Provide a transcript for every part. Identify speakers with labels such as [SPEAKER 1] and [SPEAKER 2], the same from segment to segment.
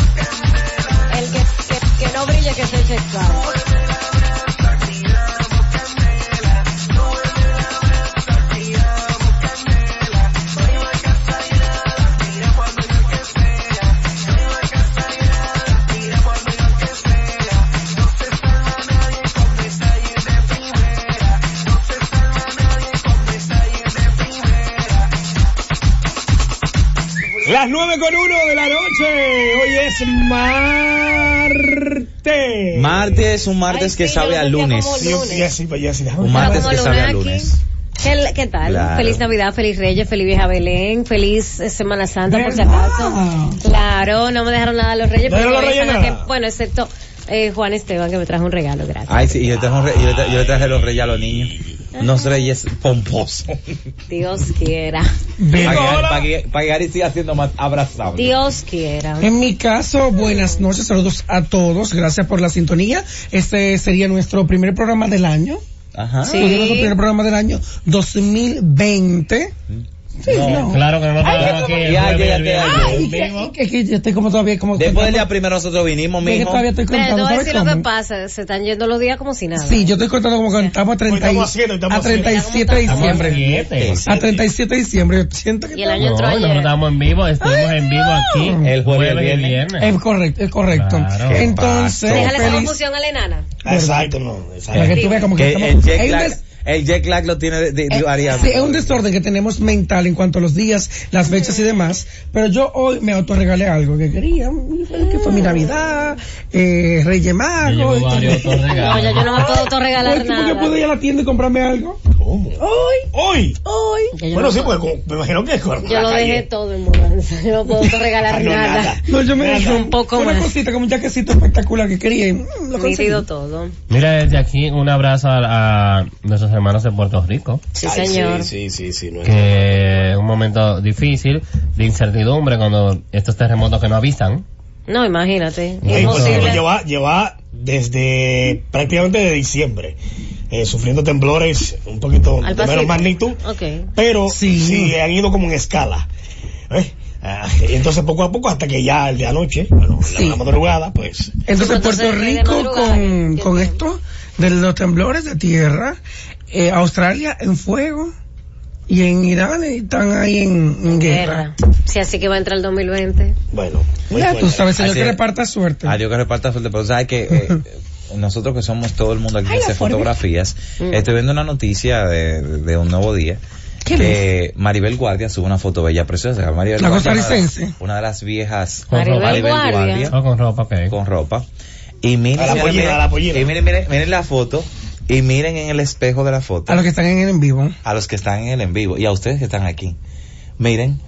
[SPEAKER 1] El que, que- que no brille, que se eche el clavo.
[SPEAKER 2] Las 9 con 1 de la noche. Hoy es martes.
[SPEAKER 3] Martes, un martes
[SPEAKER 1] Ay,
[SPEAKER 3] que
[SPEAKER 1] sí,
[SPEAKER 3] sabe
[SPEAKER 1] yo
[SPEAKER 3] a
[SPEAKER 1] lo sentía
[SPEAKER 3] lunes.
[SPEAKER 1] como
[SPEAKER 2] Sí, yo- ya sí, pues ya sí, déjame.
[SPEAKER 3] Un martes que
[SPEAKER 1] Como
[SPEAKER 3] sabe a
[SPEAKER 1] Lunaki.
[SPEAKER 3] lunes.
[SPEAKER 1] ¿Qué, qué tal?
[SPEAKER 3] Claro.
[SPEAKER 1] Feliz Navidad, feliz Reyes, feliz Vieja Belén, feliz eh, Semana Santa, por si
[SPEAKER 2] ¿Verdad?
[SPEAKER 1] acaso. Claro, no me dejaron nada los Reyes.
[SPEAKER 2] No
[SPEAKER 1] pero
[SPEAKER 2] dejaron los
[SPEAKER 1] regresan
[SPEAKER 2] Reyes
[SPEAKER 1] a
[SPEAKER 2] nada.
[SPEAKER 1] tiempo. Bueno, excepto eh, Juan Esteban, que me trajo un regalo, gracias.
[SPEAKER 3] Ay, sí, y yo, traje un re- yo le tra- yo le traje los reyes a los niños. Unos reyes pomposos.
[SPEAKER 1] Dios quiera.
[SPEAKER 3] Para
[SPEAKER 2] Vengo
[SPEAKER 3] que,
[SPEAKER 2] ahora.
[SPEAKER 3] para que- para que Gary siga siendo más abrazable.
[SPEAKER 1] Dios quiera.
[SPEAKER 4] En mi caso, buenas noches, saludos a todos, gracias por la sintonía. Este sería nuestro primer programa del año.
[SPEAKER 3] Ajá.
[SPEAKER 1] Sí.
[SPEAKER 4] Sería nuestro primer programa del año 2020. Sí, no.
[SPEAKER 5] Claro que no tenemos aquí. el
[SPEAKER 3] Ya,
[SPEAKER 5] jueves,
[SPEAKER 3] ya,
[SPEAKER 5] el
[SPEAKER 3] ya,
[SPEAKER 5] viernes.
[SPEAKER 4] Ay, que, que- que yo estoy como todavía como
[SPEAKER 3] Después del
[SPEAKER 4] contando-
[SPEAKER 3] día primero nosotros vinimos,
[SPEAKER 4] ve que
[SPEAKER 3] mijo.
[SPEAKER 4] todavía estoy
[SPEAKER 1] Mira, te voy
[SPEAKER 4] contando,
[SPEAKER 1] a
[SPEAKER 4] ¿sabes
[SPEAKER 1] decir lo que
[SPEAKER 4] cómo?
[SPEAKER 1] pasa. Se están yendo los días como si nada.
[SPEAKER 4] Sí, yo estoy contando como que estamos a, 30 y-
[SPEAKER 2] Hoy estamos haciendo, estamos
[SPEAKER 4] a 37 de
[SPEAKER 5] Estamos en
[SPEAKER 4] diciembre.
[SPEAKER 5] siete.
[SPEAKER 4] A 37 de diciembre, yo siento que
[SPEAKER 1] Y el año
[SPEAKER 5] No,
[SPEAKER 1] entró ayer.
[SPEAKER 5] nosotros estamos en vivo, estuvimos en vivo aquí.
[SPEAKER 3] El jueves y el viernes.
[SPEAKER 4] Es correcto, es correcto.
[SPEAKER 5] Claro.
[SPEAKER 3] Eh, Qué
[SPEAKER 4] Entonces,
[SPEAKER 3] pasto.
[SPEAKER 1] Déjale esa
[SPEAKER 4] feliz-
[SPEAKER 1] confusión a la enana.
[SPEAKER 2] Exacto, no.
[SPEAKER 4] para
[SPEAKER 2] Exacto.
[SPEAKER 4] que tú veas como que,
[SPEAKER 3] Que
[SPEAKER 4] estamos-
[SPEAKER 3] el jet
[SPEAKER 4] hay un
[SPEAKER 3] lag-
[SPEAKER 4] des- Eh,
[SPEAKER 3] el jet lag lo tiene de, de- de variable.
[SPEAKER 4] Sí, es un desorden que tenemos mental en cuanto a los días, las fechas y demás. Pero yo hoy me autorregalé algo que quería, que fue mi Navidad, eh, Reyes
[SPEAKER 5] Me llevo
[SPEAKER 4] Magos.
[SPEAKER 5] varios
[SPEAKER 4] entonces-
[SPEAKER 5] otros
[SPEAKER 1] No,
[SPEAKER 5] regalos.
[SPEAKER 1] ya yo no me puedo
[SPEAKER 4] Hoy
[SPEAKER 1] regalar
[SPEAKER 4] tipo que
[SPEAKER 1] nada.
[SPEAKER 4] pude ir a la tienda y comprarme algo.
[SPEAKER 2] ¿Cómo?
[SPEAKER 4] Hoy,
[SPEAKER 2] Hoy.
[SPEAKER 4] hoy.
[SPEAKER 1] Ya yo
[SPEAKER 2] Bueno,
[SPEAKER 1] no-
[SPEAKER 2] sí, pues como- me imagino que es con
[SPEAKER 1] Yo
[SPEAKER 2] la
[SPEAKER 1] lo
[SPEAKER 2] calle.
[SPEAKER 1] dejé todo en mudanza. Yo no puedo regalar
[SPEAKER 2] No, nada.
[SPEAKER 1] nada.
[SPEAKER 4] No, yo me
[SPEAKER 2] Nada.
[SPEAKER 4] hice
[SPEAKER 1] Un poco
[SPEAKER 4] una
[SPEAKER 1] más.
[SPEAKER 4] cosita, como un jaquecito espectacular que quería y mm,
[SPEAKER 1] Me
[SPEAKER 4] lo
[SPEAKER 1] he
[SPEAKER 4] conseguí.
[SPEAKER 1] ido todo.
[SPEAKER 5] Mira, desde aquí un abrazo a, a nuestros hermanos de Puerto Rico,
[SPEAKER 1] Sí,
[SPEAKER 2] Ay,
[SPEAKER 1] señor.
[SPEAKER 2] Sí, sí, sí, sí, no es-
[SPEAKER 5] que es un momento difícil de incertidumbre cuando estos terremotos que no avisan.
[SPEAKER 1] No, imagínate.
[SPEAKER 2] Ey, pues,
[SPEAKER 1] Imposible.
[SPEAKER 2] lleva, lleva desde prácticamente de diciembre eh, sufriendo temblores un poquito
[SPEAKER 1] Al
[SPEAKER 2] de menos
[SPEAKER 1] pasito.
[SPEAKER 2] magnitud,
[SPEAKER 1] Ok.
[SPEAKER 2] pero sí.
[SPEAKER 4] Sí.
[SPEAKER 2] han ido como en escala. ¿eh? Ah, y entonces poco a poco hasta que ya el de anoche, bueno,
[SPEAKER 4] Sí.
[SPEAKER 2] la madrugada, pues
[SPEAKER 4] Entonces,
[SPEAKER 1] Entonces,
[SPEAKER 4] Puerto
[SPEAKER 1] rey de
[SPEAKER 4] Rico
[SPEAKER 1] madrugada,
[SPEAKER 4] con,
[SPEAKER 1] yo
[SPEAKER 4] con
[SPEAKER 1] creo.
[SPEAKER 4] esto de los temblores de tierra, eh, Australia en fuego y en Irán eh, están ahí en, en guerra.
[SPEAKER 1] Guerra. Sí, así que va a entrar el 2020.
[SPEAKER 2] bueno. muy
[SPEAKER 4] Ya,
[SPEAKER 2] fuerte.
[SPEAKER 4] tú sabes, señor,
[SPEAKER 3] Así
[SPEAKER 4] que
[SPEAKER 3] es.
[SPEAKER 4] reparta suerte.
[SPEAKER 3] A Dios que reparta suerte, pero sabes que eh, nosotros que somos todo el mundo aquí
[SPEAKER 4] Ay,
[SPEAKER 3] que
[SPEAKER 4] la
[SPEAKER 3] hace
[SPEAKER 4] forma.
[SPEAKER 3] fotografías,
[SPEAKER 1] Mm.
[SPEAKER 3] estoy viendo una noticia de, de un nuevo día.
[SPEAKER 4] ¿Qué
[SPEAKER 3] que Maribel Guardia sube una foto bella preciosa. Maribel
[SPEAKER 4] La
[SPEAKER 3] Guardia, una de las-
[SPEAKER 4] costarricense.
[SPEAKER 3] Una de las viejas
[SPEAKER 5] Con ropa.
[SPEAKER 1] Maribel Guardia.
[SPEAKER 5] O con ropa, ok.
[SPEAKER 3] con ropa. Y miren,
[SPEAKER 2] A la
[SPEAKER 3] miren,
[SPEAKER 2] pollina,
[SPEAKER 3] miren,
[SPEAKER 2] a la pollina.
[SPEAKER 3] y miren, miren, miren la foto y miren en el espejo de la foto
[SPEAKER 4] A los que están en el en vivo.
[SPEAKER 3] a los que están en el en vivo y a ustedes que están aquí. Miren,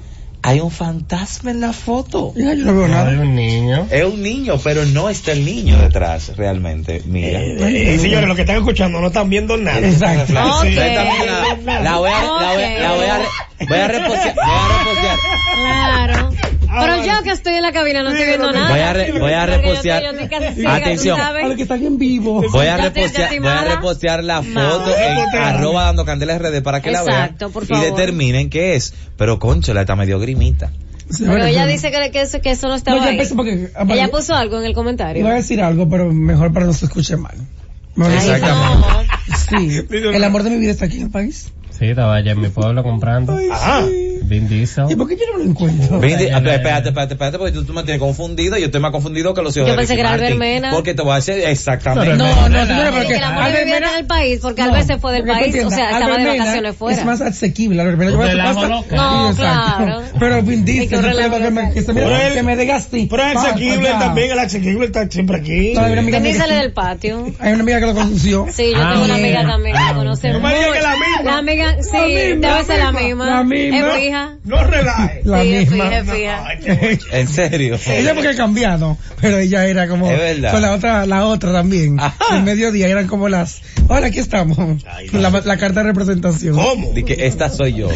[SPEAKER 3] hay un fantasma en la foto.
[SPEAKER 4] Ya, yo no veo
[SPEAKER 5] Hay
[SPEAKER 4] nada.
[SPEAKER 5] un niño.
[SPEAKER 3] Es un niño, pero no está el niño detrás realmente. Mira.
[SPEAKER 2] Eh, eh, eh, señores, los que están escuchando no están viendo nada.
[SPEAKER 4] Exacto.
[SPEAKER 3] Flash.
[SPEAKER 1] Ok.
[SPEAKER 3] Ustedes también la- La voy a, la voy a, la voy a, re- voy a repostear, voy a repostear.
[SPEAKER 1] Claro. Pero yo que estoy en la cabina no estoy viendo
[SPEAKER 4] Dígalo,
[SPEAKER 1] nada.
[SPEAKER 3] Voy a, re- voy a
[SPEAKER 1] Porque yo
[SPEAKER 3] repostear.
[SPEAKER 1] estoy- yo estoy casi ciega,
[SPEAKER 3] Atención.
[SPEAKER 1] tú
[SPEAKER 4] A los
[SPEAKER 1] sabes.
[SPEAKER 4] que están en vivo.
[SPEAKER 3] Voy a
[SPEAKER 1] Ya te- ya
[SPEAKER 3] repostear,
[SPEAKER 1] te
[SPEAKER 3] voy a
[SPEAKER 1] mala.
[SPEAKER 3] repostear la
[SPEAKER 1] Mala.
[SPEAKER 3] foto en
[SPEAKER 2] Repostear.
[SPEAKER 3] arroba dando candela RD para que la vean.
[SPEAKER 1] Exacto, por
[SPEAKER 3] Y
[SPEAKER 1] favor.
[SPEAKER 3] determinen qué es. Pero concho, la está medio grimita.
[SPEAKER 1] Pero ella dice que, que eso, que eso no estaba
[SPEAKER 4] No, ya
[SPEAKER 1] ahí.
[SPEAKER 4] empecé porque- ah, porque-
[SPEAKER 1] Ella puso algo en el comentario.
[SPEAKER 4] Iba a decir algo, pero mejor para no se escuche mal. Mejor
[SPEAKER 1] Ay,
[SPEAKER 4] no.
[SPEAKER 1] no.
[SPEAKER 3] Exactamente.
[SPEAKER 4] Sí. El amor de mi vida está aquí en el país.
[SPEAKER 5] Sí, estaba allá en mi pueblo comprando.
[SPEAKER 2] Ajá.
[SPEAKER 5] Vin Diesel.
[SPEAKER 4] ¿Y por qué yo no lo encuentro?
[SPEAKER 3] Ven, di-
[SPEAKER 5] ya,
[SPEAKER 3] ah,
[SPEAKER 5] ya, ya.
[SPEAKER 3] espérate, espérate, espérate, porque tú, tú me tienes confundido. Yo estoy más confundido que los hijos
[SPEAKER 1] Yo
[SPEAKER 3] de
[SPEAKER 1] pensé que
[SPEAKER 3] Ricky
[SPEAKER 1] era Albert
[SPEAKER 3] Martin.
[SPEAKER 1] Mena.
[SPEAKER 3] Porque te voy a decir exactamente.
[SPEAKER 4] No, no, no, no,
[SPEAKER 1] Porque
[SPEAKER 4] porque
[SPEAKER 1] el amor de mi
[SPEAKER 4] Albert
[SPEAKER 1] vida
[SPEAKER 4] Mena-
[SPEAKER 1] está en el país, porque
[SPEAKER 4] No,
[SPEAKER 1] Albert se fue del
[SPEAKER 4] porque tú
[SPEAKER 1] país, o
[SPEAKER 4] entiendas,
[SPEAKER 1] sea, estaba
[SPEAKER 4] Albert
[SPEAKER 1] de
[SPEAKER 4] Mena
[SPEAKER 1] vacaciones fuera.
[SPEAKER 4] Es más asequible. Albert Mena, yo voy a
[SPEAKER 5] Un
[SPEAKER 4] tu
[SPEAKER 5] relajo
[SPEAKER 4] casa-
[SPEAKER 5] loco.
[SPEAKER 4] Sí,
[SPEAKER 1] No,
[SPEAKER 4] exacto.
[SPEAKER 1] claro.
[SPEAKER 4] Pero Vin
[SPEAKER 1] Sí, que
[SPEAKER 4] Diesel,
[SPEAKER 1] un
[SPEAKER 4] no sé,
[SPEAKER 1] relajo
[SPEAKER 4] que me- que se me-
[SPEAKER 2] loco. Pero él-
[SPEAKER 4] que me dé gastín.
[SPEAKER 2] Pero es
[SPEAKER 4] Pa,
[SPEAKER 2] asequible
[SPEAKER 4] pa, pa.
[SPEAKER 2] también, el asequible está siempre aquí.
[SPEAKER 4] No, hay una amiga
[SPEAKER 1] Vení,
[SPEAKER 4] mía que
[SPEAKER 1] sale
[SPEAKER 4] sí-
[SPEAKER 1] del patio.
[SPEAKER 4] Hay una amiga que lo conoció.
[SPEAKER 1] Sí, yo
[SPEAKER 5] Ah,
[SPEAKER 1] tengo una
[SPEAKER 4] bien.
[SPEAKER 1] amiga también
[SPEAKER 5] Ah,
[SPEAKER 1] que conoce
[SPEAKER 2] No me digas que es la misma.
[SPEAKER 1] La amiga, sí,
[SPEAKER 4] La misma,
[SPEAKER 1] debe ser la
[SPEAKER 4] la
[SPEAKER 1] misma.
[SPEAKER 4] misma. La misma.
[SPEAKER 1] Es fija.
[SPEAKER 2] No relaje.
[SPEAKER 4] La
[SPEAKER 1] sí,
[SPEAKER 4] misma.
[SPEAKER 1] es fija, es fija.
[SPEAKER 3] En serio.
[SPEAKER 4] Ella porque ha cambiado, pero ella era como
[SPEAKER 3] Es verdad.
[SPEAKER 4] con la otra, la otra también.
[SPEAKER 3] Ajá.
[SPEAKER 4] El mediodía eran como las, ahora aquí estamos.
[SPEAKER 2] Ay,
[SPEAKER 4] la, la carta de representación.
[SPEAKER 2] ¿Cómo?
[SPEAKER 3] Di que esta soy yo.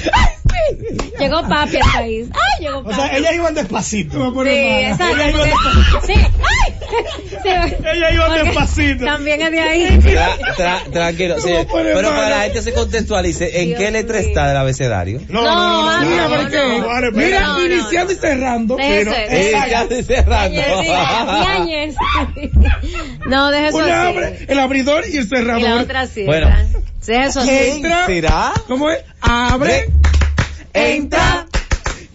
[SPEAKER 1] Llegó papi al país. Ay, llegó
[SPEAKER 2] O
[SPEAKER 1] papi.
[SPEAKER 2] sea, ellas iban despacito.
[SPEAKER 1] Sí, exacto.
[SPEAKER 2] Ella iba
[SPEAKER 1] porque- Sí, ay. Sí,
[SPEAKER 2] Ella iba
[SPEAKER 1] porque
[SPEAKER 2] despacito.
[SPEAKER 1] También es de ahí.
[SPEAKER 3] Tra- tra- tranquilo. sí. pero para que la gente se contextualice, ¿en
[SPEAKER 1] Dios
[SPEAKER 3] qué letra
[SPEAKER 1] mío.
[SPEAKER 3] está del abecedario?
[SPEAKER 2] No,
[SPEAKER 1] No,
[SPEAKER 2] no, no, no.
[SPEAKER 4] Mira,
[SPEAKER 1] no,
[SPEAKER 4] ¿por qué?
[SPEAKER 1] no,
[SPEAKER 2] vale,
[SPEAKER 4] Mira,
[SPEAKER 2] espera.
[SPEAKER 1] no, no,
[SPEAKER 4] iniciando y cerrando.
[SPEAKER 1] Deje
[SPEAKER 2] Pero-
[SPEAKER 1] eso.
[SPEAKER 3] Eh, ya estoy cerrando.
[SPEAKER 1] Yañez, No, deje eso
[SPEAKER 4] Una
[SPEAKER 1] así.
[SPEAKER 4] abre, el abridor y el
[SPEAKER 1] Y la
[SPEAKER 4] cerrador.
[SPEAKER 1] otra sí.
[SPEAKER 3] Bueno.
[SPEAKER 1] Deje eso así.
[SPEAKER 4] Entra.
[SPEAKER 3] ¿Será?
[SPEAKER 4] ¿Cómo es?
[SPEAKER 3] ¿Eh?
[SPEAKER 4] Abre.
[SPEAKER 3] Entra.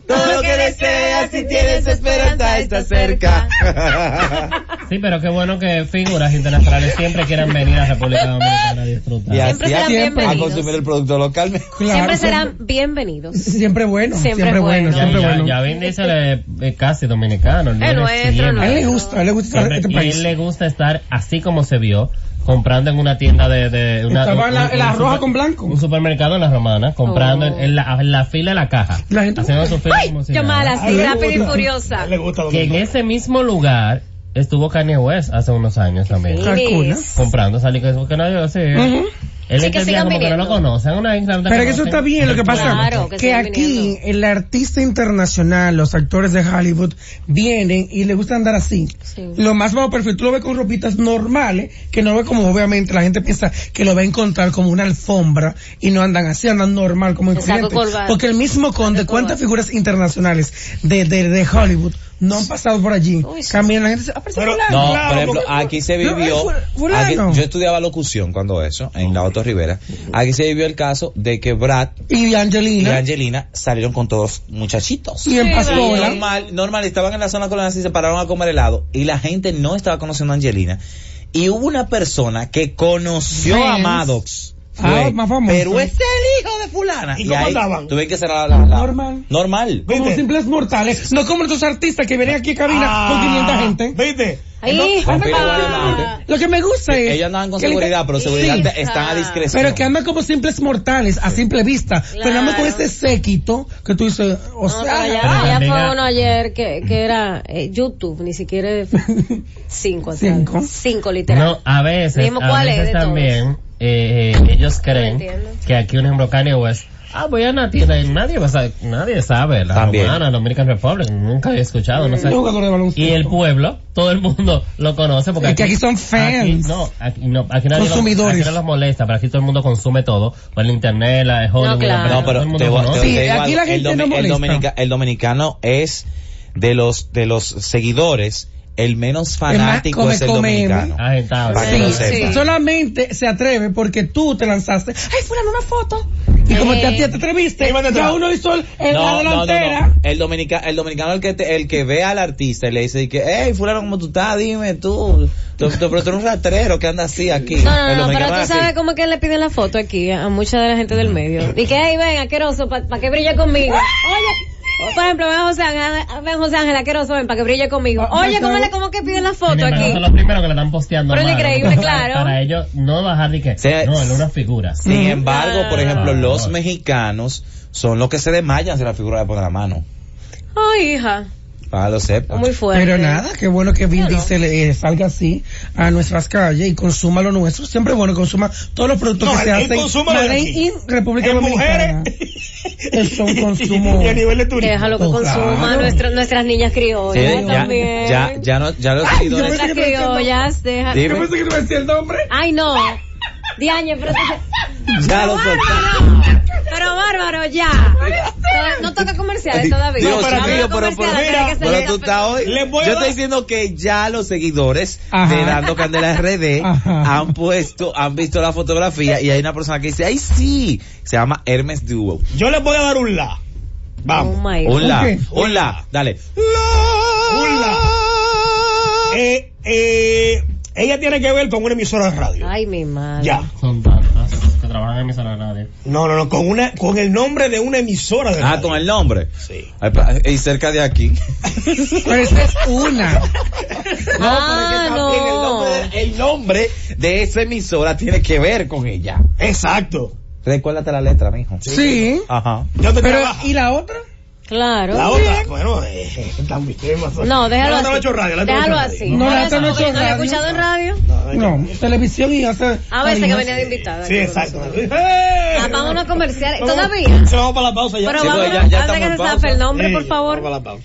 [SPEAKER 3] Todo lo que deseas, si tienes esperanza, está cerca.
[SPEAKER 5] Sí, pero qué bueno que figuras internacionales siempre quieran venir a República Dominicana a disfrutar.
[SPEAKER 3] y
[SPEAKER 1] Siempre
[SPEAKER 3] así
[SPEAKER 1] serán
[SPEAKER 3] a, a
[SPEAKER 1] bienvenidos.
[SPEAKER 3] consumir el producto local. mejor.
[SPEAKER 1] Siempre
[SPEAKER 4] Claro,
[SPEAKER 1] serán bienvenidos.
[SPEAKER 4] Siempre bueno,
[SPEAKER 1] Siempre
[SPEAKER 4] siempre, bueno,
[SPEAKER 1] bueno.
[SPEAKER 5] Ya,
[SPEAKER 4] siempre
[SPEAKER 5] ya,
[SPEAKER 4] bueno.
[SPEAKER 5] ya Vin Diesel es, es casi dominicano. él
[SPEAKER 1] Es
[SPEAKER 5] viene
[SPEAKER 1] nuestro,
[SPEAKER 5] siempre.
[SPEAKER 1] nuestro.
[SPEAKER 4] A él le gusta, a él le gusta estar en este
[SPEAKER 5] Y a él
[SPEAKER 4] país.
[SPEAKER 5] le gusta estar así como se vio, comprando en una tienda de... de una,
[SPEAKER 4] Estaba en la- en la roja
[SPEAKER 5] super-
[SPEAKER 4] con blanco.
[SPEAKER 5] Un supermercado en la romana, comprando
[SPEAKER 1] Oh.
[SPEAKER 5] en, en la, en la fila de la caja.
[SPEAKER 4] La gente-
[SPEAKER 5] haciendo su fila
[SPEAKER 1] Ay,
[SPEAKER 5] como si
[SPEAKER 1] yo
[SPEAKER 5] nada.
[SPEAKER 1] mala,
[SPEAKER 2] A él
[SPEAKER 1] así
[SPEAKER 2] le
[SPEAKER 1] rápida y
[SPEAKER 2] gusta. A
[SPEAKER 1] furiosa.
[SPEAKER 2] él le gusta lo
[SPEAKER 5] Que en
[SPEAKER 2] mismo.
[SPEAKER 5] ese mismo lugar estuvo Kanye West hace unos años también.
[SPEAKER 4] Exacto. Calcula.
[SPEAKER 1] Sí,
[SPEAKER 5] Comprando, salí que eso que no yo sé.
[SPEAKER 4] Ujú.
[SPEAKER 5] Él
[SPEAKER 1] Sí, que
[SPEAKER 5] entendía
[SPEAKER 1] sigan
[SPEAKER 5] como que no
[SPEAKER 1] viniendo.
[SPEAKER 5] lo conocen. Una isla no te
[SPEAKER 4] Pero que eso
[SPEAKER 5] conocen.
[SPEAKER 4] está bien, lo que pasa
[SPEAKER 1] Claro, que
[SPEAKER 4] que,
[SPEAKER 1] sigan
[SPEAKER 4] aquí
[SPEAKER 1] viniendo.
[SPEAKER 4] el artista internacional, los actores de Hollywood vienen y les gusta andar así.
[SPEAKER 1] Sí.
[SPEAKER 4] Lo más bajo perfil, tú lo ves con ropitas normales, que no ve como obviamente la gente piensa que lo va a encontrar como una alfombra y no andan así, andan normal como en
[SPEAKER 1] Exacto,
[SPEAKER 4] corriente.
[SPEAKER 1] colgado.
[SPEAKER 4] Porque el mismo Conde, ¿cuántas figuras internacionales de, de, de Hollywood no han pasado por allí?
[SPEAKER 1] Uy, sí.
[SPEAKER 4] Caminan, la gente dice, ah, pero ese
[SPEAKER 2] Pero-
[SPEAKER 4] fulano.
[SPEAKER 3] No,
[SPEAKER 2] Claro,
[SPEAKER 3] por ejemplo,
[SPEAKER 2] porque-
[SPEAKER 3] aquí se
[SPEAKER 4] No,
[SPEAKER 3] vivió,
[SPEAKER 4] es fula-
[SPEAKER 3] aquí-
[SPEAKER 4] fulano.
[SPEAKER 3] yo estudiaba locución cuando eso, en la Otto Rivera, aquí se vivió el caso de que Brad
[SPEAKER 4] Y
[SPEAKER 3] y
[SPEAKER 4] Angelina,
[SPEAKER 3] Angelina salieron con todos muchachitos.
[SPEAKER 4] y en
[SPEAKER 1] Sí,
[SPEAKER 4] Pascola.
[SPEAKER 1] vaya.
[SPEAKER 3] Normal, normal, estaban en la zona colonial y se pararon a comer helado y la gente no estaba conociendo a Angelina. Y hubo una persona que conoció a
[SPEAKER 4] Friends.
[SPEAKER 3] Maddox.
[SPEAKER 4] Ah, más famoso.
[SPEAKER 3] Pero es el hijo de fulana.
[SPEAKER 2] ¿Y cómo andaban?
[SPEAKER 3] Tuve que cerrar la, la- la-
[SPEAKER 4] Normal.
[SPEAKER 3] Normal.
[SPEAKER 4] Como
[SPEAKER 2] ¿Viste?
[SPEAKER 4] simples mortales, no como estos artistas que vienen aquí a cabina con
[SPEAKER 3] Ah.
[SPEAKER 4] 500 gente.
[SPEAKER 2] ¿Viste?
[SPEAKER 1] Ahí,
[SPEAKER 3] Con
[SPEAKER 1] papá.
[SPEAKER 3] Pilar
[SPEAKER 4] Lo que me gusta es.
[SPEAKER 3] Ellos andaban con
[SPEAKER 4] que le-
[SPEAKER 3] seguridad, pero seguridad
[SPEAKER 4] Sí,
[SPEAKER 3] te- están a discreción.
[SPEAKER 4] Pero que andan como simples mortales, a simple vista. Pero nada más con
[SPEAKER 1] Claro.
[SPEAKER 4] este séquito que tú dices,
[SPEAKER 1] No, pero
[SPEAKER 4] o sea.
[SPEAKER 1] allá,
[SPEAKER 5] Pero
[SPEAKER 1] allá
[SPEAKER 5] también
[SPEAKER 1] fue
[SPEAKER 5] a-
[SPEAKER 1] uno ayer que, que era eh, YouTube, ni siquiera cinco. ¿sabes?
[SPEAKER 4] Cinco.
[SPEAKER 1] Cinco, literal.
[SPEAKER 5] No, a veces,
[SPEAKER 1] Dijimos,
[SPEAKER 5] a
[SPEAKER 1] ¿cuál es
[SPEAKER 5] veces
[SPEAKER 1] de todos?
[SPEAKER 5] también eh, eh, ellos creen
[SPEAKER 1] entiendo.
[SPEAKER 5] que aquí, un ejemplo, Kanye West, ah, voy a una tienda y nadie, va a sa- nadie sabe, la
[SPEAKER 3] También.
[SPEAKER 5] romana, la Dominican Republic, nunca había escuchado, no sé.
[SPEAKER 4] un jugador de baloncesto.
[SPEAKER 5] Y el pueblo, todo el mundo lo conoce porque
[SPEAKER 4] Es que aquí son fans.
[SPEAKER 5] Aquí, no, aquí, no, aquí nadie
[SPEAKER 4] Consumidores.
[SPEAKER 5] Lo, aquí no los molesta, pero aquí todo el mundo consume todo, por el internet, la
[SPEAKER 1] claro.
[SPEAKER 5] Hollywood, la prensa,
[SPEAKER 3] No, pero
[SPEAKER 5] todo el mundo
[SPEAKER 3] te voy-
[SPEAKER 5] conoce.
[SPEAKER 3] te-
[SPEAKER 4] Sí,
[SPEAKER 3] te digo
[SPEAKER 4] aquí
[SPEAKER 3] algo,
[SPEAKER 4] la gente
[SPEAKER 3] el,
[SPEAKER 4] no
[SPEAKER 3] el
[SPEAKER 4] molesta.
[SPEAKER 3] dominica- el dominicano es de los de los seguidores el menos fanático
[SPEAKER 4] come,
[SPEAKER 3] es el
[SPEAKER 4] come,
[SPEAKER 3] dominicano.
[SPEAKER 5] Ah, Agitado.
[SPEAKER 3] Para que
[SPEAKER 1] Sí,
[SPEAKER 3] lo
[SPEAKER 4] Sí,
[SPEAKER 3] sepa.
[SPEAKER 1] sepan.
[SPEAKER 4] Solamente se atreve porque tú te lanzaste. Ay, fulano, una foto. Y como
[SPEAKER 1] Eh.
[SPEAKER 4] te, te atreviste,
[SPEAKER 2] Ahí van detrás.
[SPEAKER 4] ya uno hizo el- en la
[SPEAKER 3] No, no, no,
[SPEAKER 4] delantera.
[SPEAKER 3] no. El, dominica, el dominicano el que te- el que ve al artista y le dice que, hey, fulano, ¿cómo tú estás? Dime tú. Tú, tú- pero tú eres un rastrero que anda así aquí.
[SPEAKER 1] No, no,
[SPEAKER 3] El
[SPEAKER 1] no, pero
[SPEAKER 3] dominicano
[SPEAKER 1] tú
[SPEAKER 3] es así.
[SPEAKER 1] sabes cómo es que le piden la foto aquí a a mucha de la gente del medio. Y que, ahí ven, aqueroso, para que brille conmigo. Oye, por ejemplo, ven José Ángel, ven José Ángel, aqueroso, ven, para que brille conmigo.
[SPEAKER 4] Ah,
[SPEAKER 1] Oye,
[SPEAKER 4] no,
[SPEAKER 1] ¿cómo,
[SPEAKER 4] no.
[SPEAKER 1] le, ¿cómo que piden la
[SPEAKER 5] Sin
[SPEAKER 1] foto
[SPEAKER 5] embargo,
[SPEAKER 1] aquí?
[SPEAKER 5] son los primeros que le están posteando.
[SPEAKER 1] Pero es
[SPEAKER 5] mal.
[SPEAKER 1] increíble, claro.
[SPEAKER 5] Para ellos no bajar ni que.
[SPEAKER 3] Sí.
[SPEAKER 5] No, él es una figura.
[SPEAKER 3] Sin embargo, por ejemplo,
[SPEAKER 5] Ah.
[SPEAKER 3] los mexicanos son los que se desmayan si la figura le pone la mano.
[SPEAKER 1] Ay, hija.
[SPEAKER 3] Para Ah, lo sepa.
[SPEAKER 1] Muy fuerte.
[SPEAKER 4] Pero nada, qué bueno que Vin
[SPEAKER 1] Claro.
[SPEAKER 4] Diesel eh, salga así a nuestras calles y consuma lo nuestro. Siempre es bueno que consuma todos los productos
[SPEAKER 2] No,
[SPEAKER 4] que se
[SPEAKER 2] él
[SPEAKER 4] hacen
[SPEAKER 2] consuma lo de
[SPEAKER 4] made
[SPEAKER 2] aquí.
[SPEAKER 4] in República
[SPEAKER 2] En
[SPEAKER 4] Dominicana. Es un consumo.
[SPEAKER 2] Y a nivel de turismo.
[SPEAKER 1] Déjalo que
[SPEAKER 4] Claro.
[SPEAKER 1] consuma nuestro- nuestras niñas
[SPEAKER 3] Sí,
[SPEAKER 1] criollas
[SPEAKER 3] ya,
[SPEAKER 1] también.
[SPEAKER 3] ya, ya, no, ya los
[SPEAKER 4] yo
[SPEAKER 3] seguidores.
[SPEAKER 4] pensé
[SPEAKER 1] Nuestras
[SPEAKER 4] que me decía el nombre.
[SPEAKER 1] criollas, deja.
[SPEAKER 3] Dime.
[SPEAKER 4] Yo pensé que no me decía el nombre.
[SPEAKER 1] Ay, no. Diañe, pero,
[SPEAKER 3] Ya los
[SPEAKER 1] pero bárbaro, ya. No toca comerciales todavía.
[SPEAKER 3] Dios
[SPEAKER 1] No,
[SPEAKER 2] pero
[SPEAKER 1] había
[SPEAKER 3] mío, pero, pero,
[SPEAKER 1] comerciales,
[SPEAKER 2] mira,
[SPEAKER 1] tiene que ser
[SPEAKER 3] Pero
[SPEAKER 1] esta
[SPEAKER 3] tú estás hoy.
[SPEAKER 2] Les voy a
[SPEAKER 3] Yo
[SPEAKER 2] dar-
[SPEAKER 3] estoy diciendo que ya los seguidores
[SPEAKER 4] Ajá.
[SPEAKER 3] de Dando Candela RD
[SPEAKER 4] Ajá.
[SPEAKER 3] han puesto, han visto la fotografía y hay una persona que dice, ay sí, se llama Hermes Duo.
[SPEAKER 2] Yo les voy a dar un la. Vamos.
[SPEAKER 1] Oh my God.
[SPEAKER 3] Un la,
[SPEAKER 4] qué?
[SPEAKER 3] un la, dale.
[SPEAKER 2] Un la. Eh, eh, ella tiene que ver con una emisora de radio.
[SPEAKER 1] Ay, mi madre.
[SPEAKER 2] Ya.
[SPEAKER 5] Son tantas que trabajan en mi sala de radio.
[SPEAKER 2] No, no, no, con una, con el nombre de una emisora de radio.
[SPEAKER 3] Ah, con el nombre.
[SPEAKER 2] Sí.
[SPEAKER 3] Ay, pa- Y cerca de aquí.
[SPEAKER 4] Pero esa es una.
[SPEAKER 1] ah,
[SPEAKER 3] También el nombre, de, el nombre de esa emisora tiene que ver con ella.
[SPEAKER 2] Exacto.
[SPEAKER 3] Recuérdate la letra, mijo.
[SPEAKER 4] Sí.
[SPEAKER 3] Ajá.
[SPEAKER 2] ¿Dónde
[SPEAKER 4] Pero,
[SPEAKER 2] trabaja?
[SPEAKER 4] ¿y la otra?
[SPEAKER 1] Claro.
[SPEAKER 2] La otra, bueno, eh, también. ¿qué más?
[SPEAKER 1] No, déjalo
[SPEAKER 2] No, no,
[SPEAKER 1] así.
[SPEAKER 2] ocho radio, la ocho
[SPEAKER 1] déjalo
[SPEAKER 2] radio.
[SPEAKER 1] así.
[SPEAKER 4] No, la
[SPEAKER 1] Por
[SPEAKER 4] otra
[SPEAKER 1] eso,
[SPEAKER 4] no
[SPEAKER 1] porque
[SPEAKER 4] ocho
[SPEAKER 1] yo lo he
[SPEAKER 4] radio.
[SPEAKER 1] escuchado en radio.
[SPEAKER 2] No, no,
[SPEAKER 4] No, televisión y hace.
[SPEAKER 1] A veces que
[SPEAKER 4] cariño.
[SPEAKER 1] venía de invitada.
[SPEAKER 2] Sí,
[SPEAKER 1] qué
[SPEAKER 2] exacto.
[SPEAKER 1] cosa.
[SPEAKER 2] ¡Eh!
[SPEAKER 1] Ah, vámonos a comerciales.
[SPEAKER 2] Vamos-
[SPEAKER 1] Todavía.
[SPEAKER 2] Se vamos para la pausa ya.
[SPEAKER 1] Pero
[SPEAKER 3] Sí,
[SPEAKER 1] vamos,
[SPEAKER 3] pues ya- ya
[SPEAKER 1] antes
[SPEAKER 3] estamos
[SPEAKER 1] que
[SPEAKER 3] en
[SPEAKER 1] se
[SPEAKER 3] pausa.
[SPEAKER 1] zafe el nombre,
[SPEAKER 2] Sí,
[SPEAKER 1] por favor.
[SPEAKER 2] Vamos para la pausa.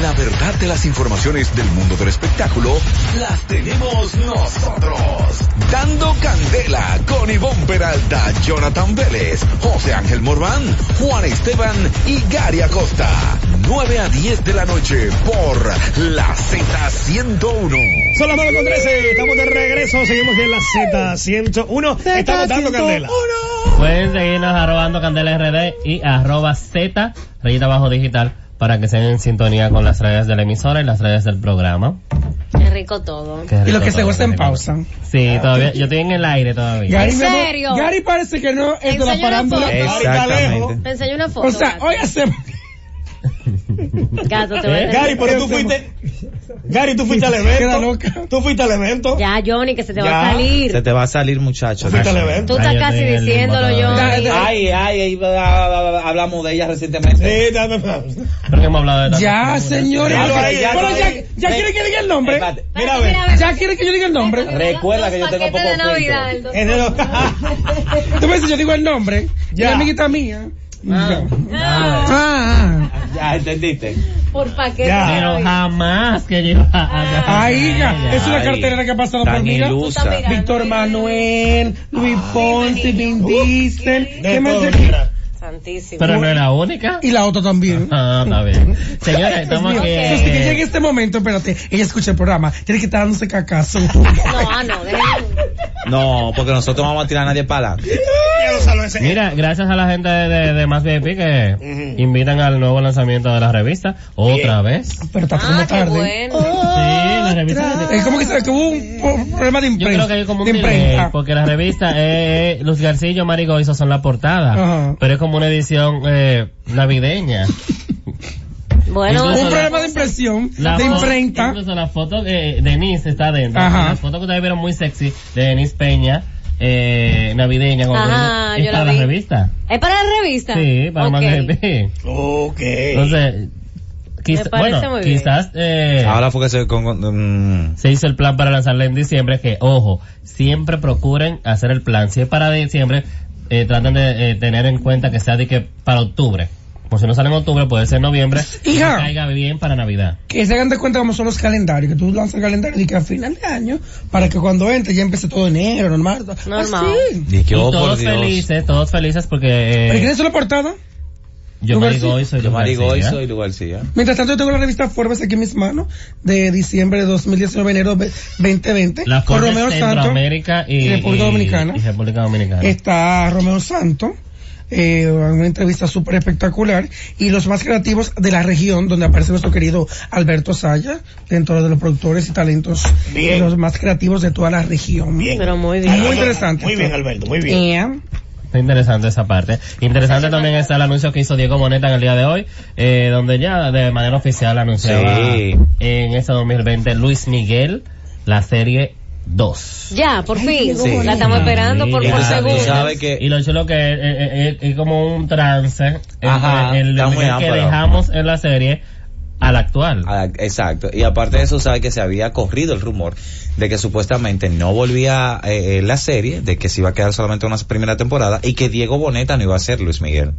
[SPEAKER 6] La verdad de las informaciones del mundo del espectáculo las tenemos nosotros. Dando candela con Ivonne Peralta, Jonathan Vélez, José Ángel Morván, Juan Esteban y Gary Acosta. 9 a 10 de la noche por la Z101.
[SPEAKER 2] Son las 9 con 13, estamos de regreso, seguimos en la Z101. Estamos dando candela.
[SPEAKER 5] Pueden seguirnos arrobando Candela RD y arroba Z, rayita abajo digital, para que estén en sintonía con las redes de la emisora y las redes del programa.
[SPEAKER 1] Qué rico todo.
[SPEAKER 5] Qué
[SPEAKER 4] Y lo
[SPEAKER 5] rico
[SPEAKER 4] que se
[SPEAKER 5] todo,
[SPEAKER 4] gusta en
[SPEAKER 5] qué rico.
[SPEAKER 4] pausa.
[SPEAKER 5] Sí, todavía, yo estoy en el aire todavía.
[SPEAKER 4] Gary,
[SPEAKER 1] ¿En
[SPEAKER 4] mi amor,
[SPEAKER 1] serio?
[SPEAKER 4] Gary parece que no es de la
[SPEAKER 1] Enseña la
[SPEAKER 4] farándula.
[SPEAKER 1] foto.
[SPEAKER 3] Exactamente.
[SPEAKER 1] Me enseñó una foto.
[SPEAKER 4] O sea,
[SPEAKER 1] gato.
[SPEAKER 4] hoy hacemos.
[SPEAKER 1] Gato, te voy a
[SPEAKER 5] ¿Eh?
[SPEAKER 1] tener-
[SPEAKER 2] Gary, pero tú fuiste. Gary, tú fuiste al
[SPEAKER 4] Queda
[SPEAKER 2] evento.
[SPEAKER 4] loca.
[SPEAKER 2] Tú fuiste al evento.
[SPEAKER 1] Ya, Johnny, que se te va
[SPEAKER 2] Ya.
[SPEAKER 1] a
[SPEAKER 3] Se
[SPEAKER 1] salir.
[SPEAKER 3] te va a salir, muchacho.
[SPEAKER 2] Fuiste al
[SPEAKER 1] Tú
[SPEAKER 2] evento.
[SPEAKER 1] estás
[SPEAKER 5] Ay, yo
[SPEAKER 1] casi
[SPEAKER 5] estoy en el limbo
[SPEAKER 1] diciéndolo,
[SPEAKER 5] todavía.
[SPEAKER 1] Johnny.
[SPEAKER 3] Ay, ay, ay, ah, ah, ah, hablamos de ella recientemente.
[SPEAKER 2] Sí, dame pausa.
[SPEAKER 5] Creo que hemos hablado de tantas
[SPEAKER 4] Ya,
[SPEAKER 5] figuras.
[SPEAKER 4] señores.
[SPEAKER 2] Ya lo hay, ya
[SPEAKER 4] Pero
[SPEAKER 2] lo
[SPEAKER 4] ya,
[SPEAKER 2] hay.
[SPEAKER 4] ya quiere que diga el nombre.
[SPEAKER 3] Espérate.
[SPEAKER 2] Mira, a
[SPEAKER 1] Espérate,
[SPEAKER 2] ver.
[SPEAKER 1] mira, a ver.
[SPEAKER 4] Ya quiere que yo diga el nombre.
[SPEAKER 3] Recuerda que yo
[SPEAKER 1] Los
[SPEAKER 3] tengo
[SPEAKER 1] paquetes
[SPEAKER 3] poco
[SPEAKER 1] de Navidad,
[SPEAKER 3] filtro.
[SPEAKER 1] el
[SPEAKER 2] Es de los-
[SPEAKER 4] Tú me dices, yo digo el nombre.
[SPEAKER 2] Ya.
[SPEAKER 4] Mi amiguita mía.
[SPEAKER 5] Ah.
[SPEAKER 4] Ya.
[SPEAKER 1] Ah,
[SPEAKER 4] Ah, ah.
[SPEAKER 3] Ya, ¿entendiste?
[SPEAKER 1] por paquete.
[SPEAKER 2] Ya.
[SPEAKER 1] de
[SPEAKER 5] Pero
[SPEAKER 1] Navidad.
[SPEAKER 5] jamás que yo iba a...
[SPEAKER 4] Ahí, ya. Es una
[SPEAKER 3] Ay,
[SPEAKER 4] cartelera que ha pasado por
[SPEAKER 3] Tan
[SPEAKER 4] mí.
[SPEAKER 1] Tú estás
[SPEAKER 3] ilusa.
[SPEAKER 1] mirando.
[SPEAKER 4] Víctor Manuel, Luis Ponce, Vin Diesel. ¿Qué
[SPEAKER 2] De
[SPEAKER 4] más
[SPEAKER 2] todo,
[SPEAKER 4] de-
[SPEAKER 2] mira.
[SPEAKER 1] Santísimo.
[SPEAKER 5] Pero no es la única.
[SPEAKER 4] Y la otra también.
[SPEAKER 5] Ah, está bien. Señores,
[SPEAKER 4] Dios
[SPEAKER 5] estamos
[SPEAKER 4] mío.
[SPEAKER 5] aquí.
[SPEAKER 4] Entonces, que llegue este momento, espérate, ella escucha el programa, tiene que estar dándose cacazo.
[SPEAKER 1] No, ah, no, déjame.
[SPEAKER 3] No, porque nosotros no vamos a tirar a nadie para adelante.
[SPEAKER 2] Ya lo sabe ese.
[SPEAKER 5] eh, Mira, gracias a la gente de, de, de Más VIP que
[SPEAKER 2] Ujú.
[SPEAKER 5] invitan al nuevo lanzamiento de la revista. Otra vez.
[SPEAKER 4] Pero está pasando
[SPEAKER 1] Ah, qué
[SPEAKER 4] tarde.
[SPEAKER 1] bueno.
[SPEAKER 5] Sí, la revista.
[SPEAKER 4] Es como que, se- que hubo un po- problema de
[SPEAKER 5] Yo
[SPEAKER 4] imprensa.
[SPEAKER 5] creo que hay como un
[SPEAKER 4] de
[SPEAKER 5] delay,
[SPEAKER 4] imprenta.
[SPEAKER 5] porque la revista, eh, eh, Luz Garcillo, Marigoizo son la portada,
[SPEAKER 4] Ajá.
[SPEAKER 5] pero es como una edición eh, navideña.
[SPEAKER 1] Bueno,
[SPEAKER 5] Un
[SPEAKER 4] Un
[SPEAKER 1] eso-
[SPEAKER 4] problema de impresión,
[SPEAKER 5] La
[SPEAKER 4] de
[SPEAKER 5] foto-
[SPEAKER 4] imprenta.
[SPEAKER 5] Incluso la foto de Denise está dentro.
[SPEAKER 4] Ajá.
[SPEAKER 5] La foto que ustedes vieron muy sexy de Denise Peña, eh, navideña, con
[SPEAKER 1] Ajá,
[SPEAKER 5] es
[SPEAKER 1] yo la
[SPEAKER 5] para
[SPEAKER 1] vi.
[SPEAKER 5] la revista.
[SPEAKER 1] ¿Es para la revista?
[SPEAKER 5] Sí, para
[SPEAKER 1] Ok.
[SPEAKER 5] más VIP.
[SPEAKER 2] Ok.
[SPEAKER 5] Entonces, quiz-
[SPEAKER 1] Me parece
[SPEAKER 5] bueno,
[SPEAKER 1] muy bien.
[SPEAKER 5] quizás eh,
[SPEAKER 3] Ahora fue que se... Con, con- mm.
[SPEAKER 5] se hizo el plan para lanzarla en diciembre, que ojo, siempre procuren hacer el plan. Si es para diciembre, eh, traten de eh, tener en cuenta que sea de que para octubre. Por si no sale en octubre, puede ser en noviembre. y
[SPEAKER 4] Hija.
[SPEAKER 5] que caiga bien para Navidad.
[SPEAKER 4] Que se hagan de cuenta cómo son los calendarios, que tú lanzas el calendario y que a final de año, para que cuando entre ya empiece todo enero, normal.
[SPEAKER 1] Normal.
[SPEAKER 4] Así.
[SPEAKER 3] Y que,
[SPEAKER 5] y
[SPEAKER 3] oh, por
[SPEAKER 5] todos
[SPEAKER 3] Dios.
[SPEAKER 5] felices, todos felices
[SPEAKER 4] ¿Pero
[SPEAKER 5] porque
[SPEAKER 4] quién
[SPEAKER 5] eh,
[SPEAKER 4] hizo la portada?
[SPEAKER 5] yo
[SPEAKER 4] Lugar
[SPEAKER 5] marigoizo y
[SPEAKER 3] Yo
[SPEAKER 5] Luz
[SPEAKER 3] marigoizo
[SPEAKER 5] García.
[SPEAKER 3] y lugar sí, ¿eh?
[SPEAKER 4] Mientras tanto, yo tengo la revista Forbes aquí en mis manos, de diciembre de 2019, enero de 2020.
[SPEAKER 5] La
[SPEAKER 4] con
[SPEAKER 5] forma de
[SPEAKER 4] Romeo Santos.
[SPEAKER 5] Centroamérica y,
[SPEAKER 4] y República
[SPEAKER 5] y-
[SPEAKER 4] Dominicana.
[SPEAKER 5] y República Dominicana.
[SPEAKER 4] Está Romeo Santo, eh, en una entrevista súper espectacular, y los más creativos de la región, donde aparece nuestro querido Alberto Saya, dentro de los productores y talentos,
[SPEAKER 2] Bien.
[SPEAKER 4] de los más creativos de toda la región.
[SPEAKER 2] Bien.
[SPEAKER 1] Pero muy bien.
[SPEAKER 4] Muy interesante.
[SPEAKER 2] Muy bien, Alberto, muy bien.
[SPEAKER 4] Eh,
[SPEAKER 5] Está interesante esa parte. Interesante también está el anuncio que hizo Diego Moneta en el día de hoy, eh, donde ya de manera oficial anunciaba
[SPEAKER 3] Sí.
[SPEAKER 5] en este 2020 Luis Miguel la serie 2.
[SPEAKER 1] Ya, por fin.
[SPEAKER 3] Sí.
[SPEAKER 1] La estamos esperando por,
[SPEAKER 5] Mira,
[SPEAKER 1] por
[SPEAKER 3] tú
[SPEAKER 1] segundos.
[SPEAKER 3] sabes que-
[SPEAKER 5] Y lo chulo que es, es- es- es como un trance entre
[SPEAKER 3] Ajá,
[SPEAKER 5] el
[SPEAKER 3] está muy
[SPEAKER 5] Miguel que
[SPEAKER 3] amplio.
[SPEAKER 5] dejamos en la serie al actual.
[SPEAKER 3] Ah, Exacto. Y aparte de eso, sabe que se había corrido el rumor de que supuestamente no volvía eh, eh, la serie, de que se iba a quedar solamente una primera temporada y que Diego Boneta no iba a ser Luis Miguel.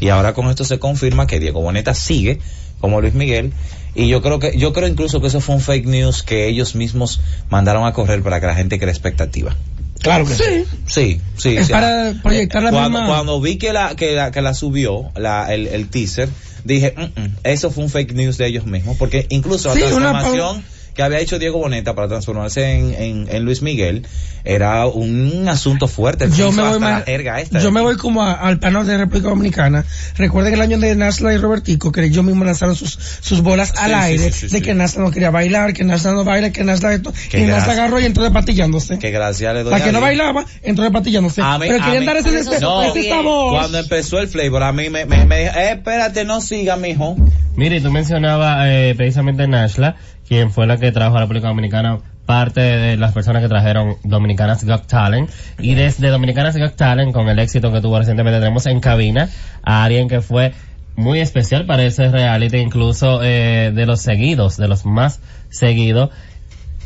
[SPEAKER 3] Y ahora con esto se confirma que Diego Boneta sigue como Luis Miguel. Y yo creo que, yo creo incluso que eso fue un fake news que ellos mismos mandaron a correr para que la gente cree expectativa.
[SPEAKER 2] Claro que sí.
[SPEAKER 3] Sí, sí.
[SPEAKER 4] Es
[SPEAKER 3] sí.
[SPEAKER 4] para proyectar la
[SPEAKER 3] cuando,
[SPEAKER 4] misma-
[SPEAKER 3] Cuando vi que la, que la, que la subió, la, el, el teaser, dije, "Mm, mm, eso fue un fake news de ellos mismos, porque incluso
[SPEAKER 4] Sí,
[SPEAKER 3] la
[SPEAKER 4] una
[SPEAKER 3] transformación que había hecho Diego Boneta para transformarse en, en, en Luis Miguel era un asunto fuerte.
[SPEAKER 4] Yo
[SPEAKER 3] Hizo
[SPEAKER 4] me voy
[SPEAKER 3] hasta
[SPEAKER 4] más-
[SPEAKER 3] la jerga esta.
[SPEAKER 4] yo me voy como a- al plano de República Dominicana. Recuerden el año de Nasla y Robertico, que ellos mismos lanzaron sus, sus bolas al
[SPEAKER 3] Sí, sí,
[SPEAKER 4] aire,
[SPEAKER 3] sí, sí,
[SPEAKER 4] de
[SPEAKER 3] sí.
[SPEAKER 4] que Nasla no quería bailar, que Nasla no baila, que Nasla esto,
[SPEAKER 3] Qué
[SPEAKER 4] y Nasla
[SPEAKER 3] gracia.
[SPEAKER 4] agarró y entró despatillándose.
[SPEAKER 3] Que gracias le doy
[SPEAKER 4] La
[SPEAKER 3] a
[SPEAKER 4] que no
[SPEAKER 3] Dios.
[SPEAKER 4] bailaba, entró despatillándose.
[SPEAKER 3] A mí-
[SPEAKER 4] Pero
[SPEAKER 3] a
[SPEAKER 4] querían
[SPEAKER 3] mí-
[SPEAKER 4] dar ese, ese,
[SPEAKER 3] No,
[SPEAKER 4] ese sabor.
[SPEAKER 3] Cuando empezó el flavor, a mí me, me, me dijo, "Eh, espérate, no siga, mijo.
[SPEAKER 5] Mire, tú mencionabas eh, precisamente Nashla, quien fue la que trajo a la República Dominicana parte de las personas que trajeron Dominicanas Got Talent. Y desde Dominicanas Got Talent, con el éxito que tuvo recientemente, tenemos en cabina a alguien que fue muy especial para ese reality, incluso eh, de los seguidos, de los más seguidos.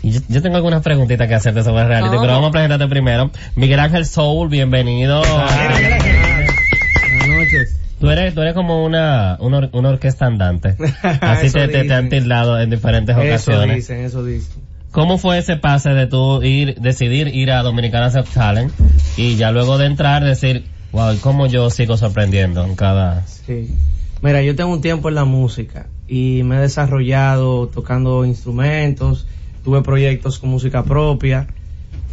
[SPEAKER 5] Y yo, yo tengo algunas preguntitas que hacerte sobre el reality,
[SPEAKER 1] No.
[SPEAKER 5] pero vamos a presentarte primero. Miguel Ángel Soul, bienvenido. Tú eres, tú eres como una, una, or- una orquesta andante. Así
[SPEAKER 7] Eso
[SPEAKER 5] te, te, te han
[SPEAKER 7] dicen.
[SPEAKER 5] tildado en diferentes
[SPEAKER 7] Eso
[SPEAKER 5] ocasiones.
[SPEAKER 7] dicen, eso dicen.
[SPEAKER 5] ¿Cómo fue ese pase de tú ir, decidir ir a Dominicana Got Talent y ya luego de entrar decir, wow, ¿y ¿cómo yo sigo sorprendiendo en cada...
[SPEAKER 7] Sí. Mira, yo tengo un tiempo en la música y me he desarrollado tocando instrumentos, tuve proyectos con música propia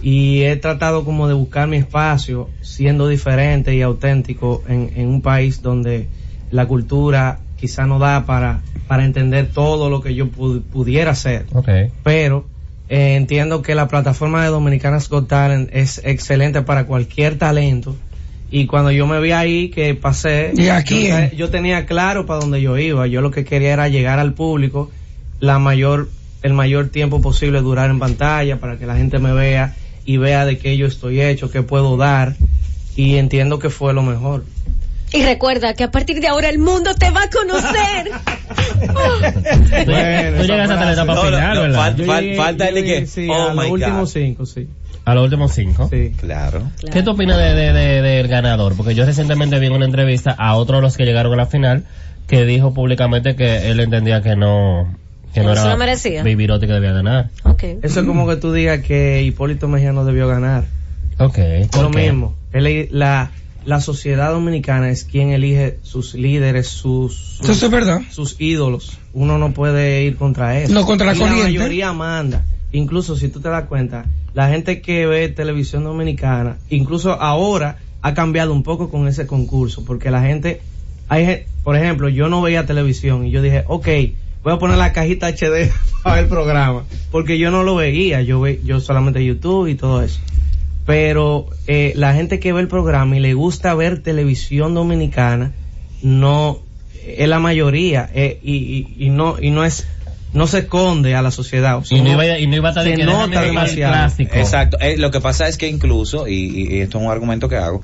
[SPEAKER 7] y he tratado como de buscar mi espacio siendo diferente y auténtico en, en un país donde la cultura quizá no da para, para entender todo lo que yo pu- pudiera hacer.
[SPEAKER 5] Ok.
[SPEAKER 7] pero eh, entiendo que la plataforma de Dominicanas Got Talent es excelente para cualquier talento. Y cuando yo me vi ahí que pasé,
[SPEAKER 4] ¿Y a quién?
[SPEAKER 7] yo, te- yo tenía claro para dónde yo iba. Yo lo que quería era llegar al público la mayor, el mayor tiempo posible durar en pantalla para que la gente me vea y vea de qué yo estoy hecho, qué puedo dar. Y entiendo que fue lo mejor.
[SPEAKER 1] Y recuerda que a partir de ahora el mundo te va a conocer.
[SPEAKER 5] Tú, tú
[SPEAKER 7] esa
[SPEAKER 5] llegas hasta la
[SPEAKER 7] frase.
[SPEAKER 5] etapa
[SPEAKER 3] No, no,
[SPEAKER 5] final,
[SPEAKER 3] no,
[SPEAKER 5] ¿verdad?
[SPEAKER 3] fal- fal- falta el de que,
[SPEAKER 7] Sí,
[SPEAKER 3] oh
[SPEAKER 7] a los
[SPEAKER 3] my God.
[SPEAKER 7] últimos cinco, sí.
[SPEAKER 5] A los últimos cinco.
[SPEAKER 7] sí.
[SPEAKER 3] Claro.
[SPEAKER 5] ¿Qué tú opinas de, de- de- del ganador? Porque yo recientemente vi en una entrevista a otro de los que llegaron a la final que dijo públicamente que él entendía que no... Que
[SPEAKER 1] Que
[SPEAKER 5] no
[SPEAKER 1] no se
[SPEAKER 5] era
[SPEAKER 1] lo merecía.
[SPEAKER 5] Baby Rotti que debía ganar.
[SPEAKER 1] Ok.
[SPEAKER 7] Eso es como que tú digas que Hipólito Mejía no debió ganar.
[SPEAKER 5] Ok. ¿por
[SPEAKER 7] lo
[SPEAKER 5] qué?
[SPEAKER 7] mismo. Él- la, la sociedad dominicana es quien elige sus líderes, sus, sus,
[SPEAKER 4] Eso es verdad.
[SPEAKER 7] sus ídolos. Uno no puede ir contra eso.
[SPEAKER 4] No, contra la
[SPEAKER 7] Y
[SPEAKER 4] corriente.
[SPEAKER 7] La mayoría manda. Incluso si tú te das cuenta, la gente que ve televisión dominicana, incluso ahora ha cambiado un poco con ese concurso, porque la gente, hay, gen- por ejemplo, yo no veía televisión y yo dije, ok, voy a poner la cajita HD para ver el programa, porque yo no lo veía, yo ve, yo solamente YouTube y todo eso pero eh, la gente que ve el programa y le gusta ver televisión dominicana no es la mayoría eh, y, y, y no y no es no se esconde a la sociedad o sea,
[SPEAKER 5] Y no
[SPEAKER 7] uno-
[SPEAKER 5] iba, y no iba a estar de
[SPEAKER 7] se
[SPEAKER 5] que
[SPEAKER 7] nota
[SPEAKER 5] déjame ver el
[SPEAKER 7] demasiado.
[SPEAKER 5] clásico.
[SPEAKER 3] Exacto. Eh, lo que pasa es que incluso, y, y esto es un argumento que hago,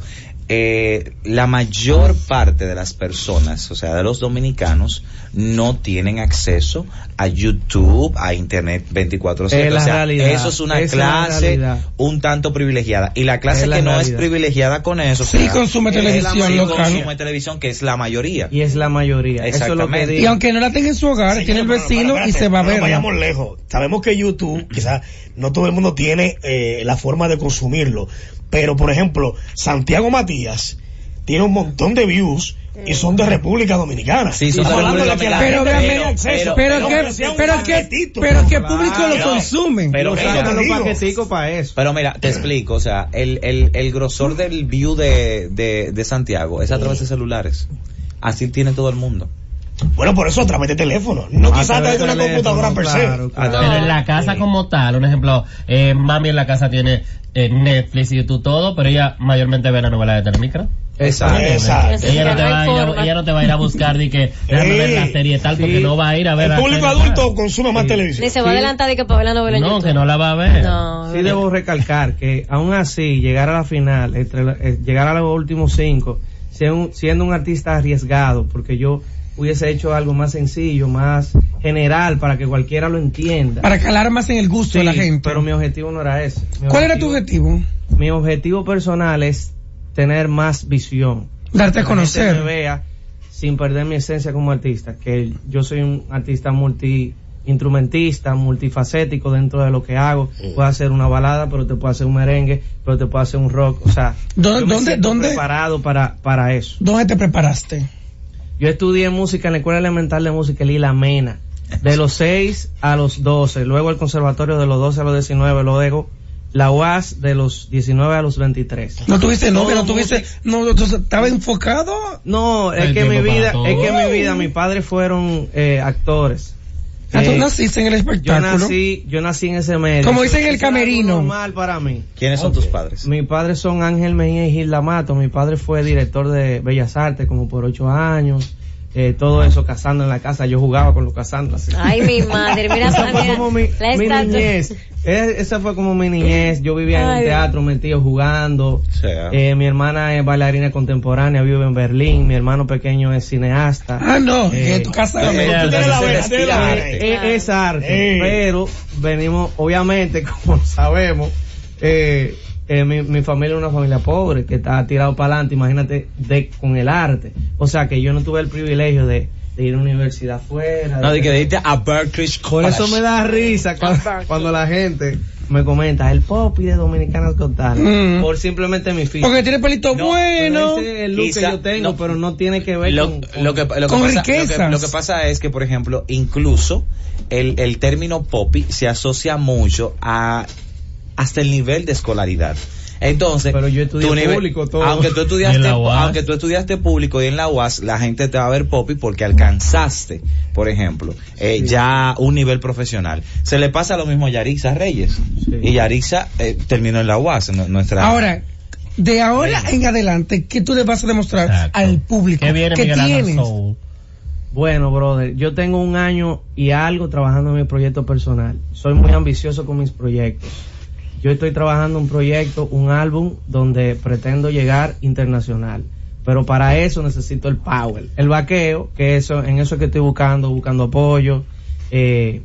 [SPEAKER 3] eh, la mayor
[SPEAKER 7] Ah.
[SPEAKER 3] parte de las personas, o sea, de los dominicanos, no tienen acceso a YouTube, a Internet 24
[SPEAKER 7] Es
[SPEAKER 3] 7
[SPEAKER 7] la
[SPEAKER 3] O sea,
[SPEAKER 7] realidad.
[SPEAKER 3] eso es una
[SPEAKER 7] Es la
[SPEAKER 3] clase
[SPEAKER 7] realidad.
[SPEAKER 3] un tanto privilegiada. Y la clase
[SPEAKER 7] Es la
[SPEAKER 3] que no es
[SPEAKER 7] realidad.
[SPEAKER 3] privilegiada con eso. o
[SPEAKER 4] Sí,
[SPEAKER 3] sea,
[SPEAKER 4] consume
[SPEAKER 3] es la
[SPEAKER 4] televisión
[SPEAKER 3] mayoría,
[SPEAKER 4] local.
[SPEAKER 3] Consume televisión, que es la mayoría.
[SPEAKER 7] y es la mayoría eso es lo que
[SPEAKER 3] Exactamente.
[SPEAKER 7] digo.
[SPEAKER 4] Y aunque no la tenga en su hogar,
[SPEAKER 2] Señor,
[SPEAKER 4] tiene el
[SPEAKER 2] pero,
[SPEAKER 4] vecino
[SPEAKER 2] pero,
[SPEAKER 4] y
[SPEAKER 2] espérate,
[SPEAKER 4] se va a
[SPEAKER 2] no
[SPEAKER 4] ver.
[SPEAKER 2] Vayamos lejos. Sabemos que YouTube, quizás no todo el mundo tiene eh, la forma de consumirlo. Pero, por ejemplo, Santiago Matías tiene un montón de views y son de República Dominicana.
[SPEAKER 3] Sí, son de
[SPEAKER 2] Estamos hablando
[SPEAKER 3] República
[SPEAKER 2] que la
[SPEAKER 4] Pero
[SPEAKER 2] gente
[SPEAKER 4] véame,
[SPEAKER 2] tiene acceso,
[SPEAKER 4] pero
[SPEAKER 2] que
[SPEAKER 4] que,
[SPEAKER 2] sea un
[SPEAKER 4] pero que,
[SPEAKER 2] paquetito.
[SPEAKER 4] pero que público lo
[SPEAKER 3] Claro.
[SPEAKER 4] consume.
[SPEAKER 3] Pero
[SPEAKER 2] Pero
[SPEAKER 3] mira,
[SPEAKER 2] eso
[SPEAKER 7] Los
[SPEAKER 2] digo.
[SPEAKER 7] paqueticos para eso
[SPEAKER 3] Pero mira, te explico, o sea, el, el, el grosor del view de, de, de Santiago es a través de celulares. Así tiene todo el mundo.
[SPEAKER 2] Bueno, por eso a través de teléfono. No
[SPEAKER 7] Ah,
[SPEAKER 2] quizás a través de una
[SPEAKER 7] teléfono,
[SPEAKER 2] computadora per se.
[SPEAKER 7] claro, claro.
[SPEAKER 5] Pero en la casa como tal, un ejemplo, eh, mami en la casa tiene eh, Netflix y YouTube todo, pero ella mayormente ve la novela de Telemicro.
[SPEAKER 3] Exacto.
[SPEAKER 2] Exacto.
[SPEAKER 5] Ella no, te
[SPEAKER 1] no hay
[SPEAKER 5] va a ir a,
[SPEAKER 1] forma.
[SPEAKER 5] ella no te va a ir a buscar ni que déjame ver la serie tal porque
[SPEAKER 7] Sí.
[SPEAKER 5] no va a ir a ver
[SPEAKER 2] El
[SPEAKER 5] la
[SPEAKER 2] público
[SPEAKER 5] serie tal.
[SPEAKER 2] adulto consume más televisión.
[SPEAKER 1] Ni se va a adelantar de que para ver la novela en
[SPEAKER 5] No,
[SPEAKER 1] YouTube.
[SPEAKER 5] que no la va a ver.
[SPEAKER 1] No.
[SPEAKER 7] Sí debo recalcar que aún así llegar a la final, entre la- eh, llegar a los últimos cinco, sea un- siendo un artista arriesgado, porque yo hubiese hecho algo más sencillo, más general, para que cualquiera lo entienda.
[SPEAKER 4] Para calar más en el gusto de la
[SPEAKER 7] Sí,
[SPEAKER 4] gente.
[SPEAKER 7] Pero mi objetivo no era ese. Mi
[SPEAKER 4] ¿Cuál era tu objetivo?
[SPEAKER 7] Mi objetivo personal es tener más visión.
[SPEAKER 4] Darte a
[SPEAKER 7] Que la gente me
[SPEAKER 4] conocer.
[SPEAKER 7] vea sin perder mi esencia como artista, que yo soy un artista multi instrumentista, multifacético dentro de lo que hago. Puedo hacer una balada, pero te puedo hacer un merengue, pero te puedo hacer un rock, o sea,
[SPEAKER 4] ¿Dó-
[SPEAKER 7] yo me
[SPEAKER 4] dónde-
[SPEAKER 7] siento
[SPEAKER 4] dónde?
[SPEAKER 7] preparado para para eso.
[SPEAKER 4] ¿Dónde te preparaste?
[SPEAKER 7] Yo estudié música en la Escuela Elemental de Música Lila Mena, de los 6 a los 12, luego el conservatorio de los 12 a los 19, luego la UAS de los 19 a los 23.
[SPEAKER 4] No tuviste novia, no
[SPEAKER 7] Todo
[SPEAKER 4] tuviste, no, entonces, estaba enfocado.
[SPEAKER 7] No,
[SPEAKER 5] Hay
[SPEAKER 7] es que mi
[SPEAKER 5] tiempo para
[SPEAKER 7] vida,
[SPEAKER 5] todo.
[SPEAKER 7] es que mi vida, mis padres fueron eh, actores.
[SPEAKER 4] Ah, tú
[SPEAKER 7] Eh,
[SPEAKER 4] naciste en el
[SPEAKER 7] yo
[SPEAKER 4] espectáculo.
[SPEAKER 7] nací, yo nací en ese medio.
[SPEAKER 4] Como dicen en el
[SPEAKER 7] Eso era algo
[SPEAKER 4] camerino.
[SPEAKER 7] normal para mí.
[SPEAKER 3] ¿Quiénes son tus padres?
[SPEAKER 7] Mis padres son Ángel Mejía y Gilda Mato. Mi padre fue director de Bellas Artes como por ocho años. Eh, todo eso cazando en la casa. Yo jugaba con los cazando. así.
[SPEAKER 1] Ay, mi madre, Ah, mira,
[SPEAKER 7] Esa fue
[SPEAKER 1] mira,
[SPEAKER 7] como mi,
[SPEAKER 1] la
[SPEAKER 7] mi
[SPEAKER 1] estatua.
[SPEAKER 7] niñez. Es- Esa fue como mi niñez. Yo vivía en
[SPEAKER 1] Ay.
[SPEAKER 7] un teatro metido jugando.
[SPEAKER 3] O sea,
[SPEAKER 7] Eh, mi hermana es bailarina contemporánea, vive en Berlín. Mi hermano pequeño es cineasta.
[SPEAKER 4] Ah, no,
[SPEAKER 7] Eh,
[SPEAKER 4] que tu casa.
[SPEAKER 3] eh,
[SPEAKER 4] no-
[SPEAKER 5] ya,
[SPEAKER 2] Tiene la vena, tiene la
[SPEAKER 3] Claro.
[SPEAKER 2] vena.
[SPEAKER 7] Eh, es arte,
[SPEAKER 2] Eh.
[SPEAKER 7] pero venimos, obviamente, como sabemos, eh, eh, mi, mi familia es una familia pobre que está tirado para adelante, imagínate, de, con el arte. O sea que yo no tuve el privilegio de, de ir a una universidad fuera.
[SPEAKER 3] no,
[SPEAKER 7] de-
[SPEAKER 3] de que dijiste a Berklee
[SPEAKER 7] por
[SPEAKER 3] College.
[SPEAKER 7] eso me da risa cuando, cuando la gente me comenta el popi de Dominicanas Got Talent",
[SPEAKER 4] Mm.
[SPEAKER 7] por simplemente mi físico.
[SPEAKER 4] Porque tiene pelito
[SPEAKER 3] No,
[SPEAKER 4] bueno.
[SPEAKER 7] Pero ese es el look
[SPEAKER 3] Quizá-
[SPEAKER 7] que yo tengo,
[SPEAKER 3] no.
[SPEAKER 7] pero no tiene que ver
[SPEAKER 3] lo,
[SPEAKER 7] con, con-
[SPEAKER 3] lo que, lo, que
[SPEAKER 4] con
[SPEAKER 3] pasa, lo que-
[SPEAKER 4] riquezas.
[SPEAKER 3] lo que pasa es que, por ejemplo, incluso el, el término popi se asocia mucho a hasta el nivel de escolaridad. Entonces,
[SPEAKER 7] Pero yo estudié
[SPEAKER 3] tu nivel-
[SPEAKER 7] público, todo.
[SPEAKER 3] aunque tú
[SPEAKER 5] Y en
[SPEAKER 3] estudiaste,
[SPEAKER 5] la UAS.
[SPEAKER 3] aunque tú estudiaste público y en la UAS, la gente te va a ver popi porque alcanzaste, por ejemplo, eh, ya un nivel profesional. Se le pasa lo mismo a Yarixa Reyes
[SPEAKER 7] Sí.
[SPEAKER 3] y Yarixa eh, terminó en la UAS, en nuestra.
[SPEAKER 4] Ahora, de ahora en adelante, ¿qué tú le vas a demostrar
[SPEAKER 5] Exacto.
[SPEAKER 4] al público?
[SPEAKER 5] ¿Qué viene Miguel Ángel
[SPEAKER 4] tienes?
[SPEAKER 5] Soul?
[SPEAKER 7] Bueno, brother, yo tengo un año y algo trabajando en mi proyecto personal. Soy muy ambicioso con mis proyectos. Yo estoy trabajando un proyecto, un álbum donde pretendo llegar internacional. Pero para eso necesito el power, el vaqueo, que eso, en eso es que estoy buscando, buscando apoyo. Eh,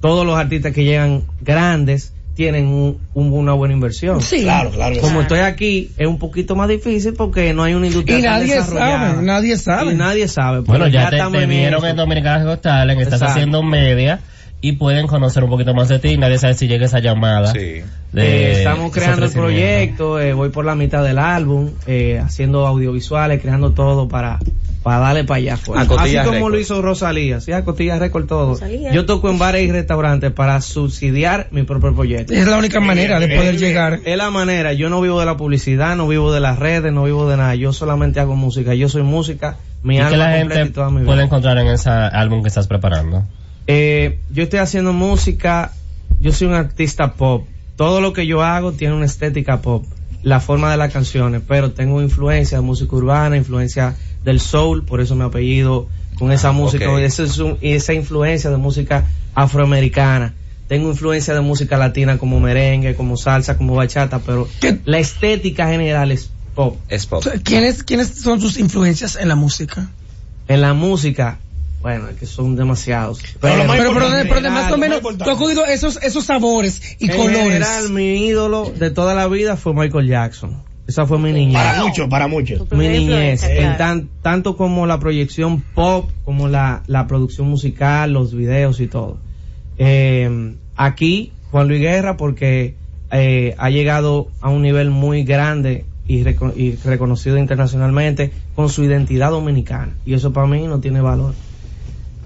[SPEAKER 7] todos los artistas que llegan grandes tienen un- un- una buena inversión.
[SPEAKER 4] Sí.
[SPEAKER 2] Claro, claro. que sí.
[SPEAKER 7] Como estoy aquí, es un poquito más difícil porque no hay una industria
[SPEAKER 4] Y
[SPEAKER 7] tan
[SPEAKER 4] nadie
[SPEAKER 7] desarrollada.
[SPEAKER 4] sabe, nadie sabe.
[SPEAKER 7] Y nadie sabe.
[SPEAKER 5] Bueno,
[SPEAKER 7] pero
[SPEAKER 5] ya, te,
[SPEAKER 7] estamos
[SPEAKER 5] te
[SPEAKER 7] en
[SPEAKER 5] vieron
[SPEAKER 7] eso.
[SPEAKER 5] en Dominicanas Got Talent, estás
[SPEAKER 7] Exacto.
[SPEAKER 5] haciendo media y pueden conocer un poquito más de ti. Nadie sabe si llega esa llamada.
[SPEAKER 3] Sí.
[SPEAKER 5] de
[SPEAKER 7] Eh, estamos
[SPEAKER 5] ese
[SPEAKER 7] creando el
[SPEAKER 5] ofrecimiento.
[SPEAKER 7] proyecto, eh, voy por la mitad del álbum, eh, haciendo audiovisuales, creando todo para, para darle para allá afuera.
[SPEAKER 3] A Cotilla
[SPEAKER 7] Así como
[SPEAKER 3] Records.
[SPEAKER 7] lo hizo Rosalía, sí, a Cotilla Record todo.
[SPEAKER 1] Rosalía.
[SPEAKER 7] Yo toco en bares y restaurantes para subsidiar mi propio proyecto.
[SPEAKER 4] Es la única manera de poder llegar.
[SPEAKER 7] Es la manera, yo no vivo de la publicidad, no vivo de las redes, no vivo de nada, yo solamente hago música, yo soy música, mi
[SPEAKER 5] ¿Y
[SPEAKER 7] alma
[SPEAKER 5] que la
[SPEAKER 7] completa
[SPEAKER 5] gente
[SPEAKER 7] y toda mi vida.
[SPEAKER 5] puede encontrar en ese álbum que estás preparando?
[SPEAKER 7] Eh, yo estoy haciendo música, yo soy un artista pop. Todo lo que yo hago tiene una estética pop, la forma de las canciones, pero tengo influencia de música urbana, influencia del soul, por eso mi apellido, con esa música,
[SPEAKER 3] ok.
[SPEAKER 7] ese es un- y esa influencia de música afroamericana. Tengo influencia de música latina como merengue, como salsa, como bachata, pero
[SPEAKER 4] ¿Qué?
[SPEAKER 7] la estética general es pop.
[SPEAKER 3] Es pop.
[SPEAKER 4] ¿Quiénes, ¿Quiénes son sus influencias en la música?
[SPEAKER 7] En la música, bueno, es que son demasiados.
[SPEAKER 2] Pero lo más
[SPEAKER 4] Pero, pero,
[SPEAKER 2] importante-
[SPEAKER 4] pero de más o
[SPEAKER 2] lo
[SPEAKER 4] menos,
[SPEAKER 2] más importante.
[SPEAKER 4] tú has cogido esos, esos sabores y
[SPEAKER 7] en
[SPEAKER 4] colores.
[SPEAKER 7] general, mi ídolo de toda la vida fue Michael Jackson. Esa fue mi niñez.
[SPEAKER 2] Para muchos, para muchos.
[SPEAKER 1] Tu
[SPEAKER 7] Mi
[SPEAKER 1] primera
[SPEAKER 7] niñez.
[SPEAKER 1] influencia,
[SPEAKER 7] En
[SPEAKER 1] claro.
[SPEAKER 7] tan- tanto como la proyección pop, como la, la producción musical, los videos y todo. Eh, aquí, Juan Luis Guerra, porque eh, ha llegado a un nivel muy grande y, reco- y reconocido internacionalmente con su identidad dominicana. Y eso para mí no tiene valor.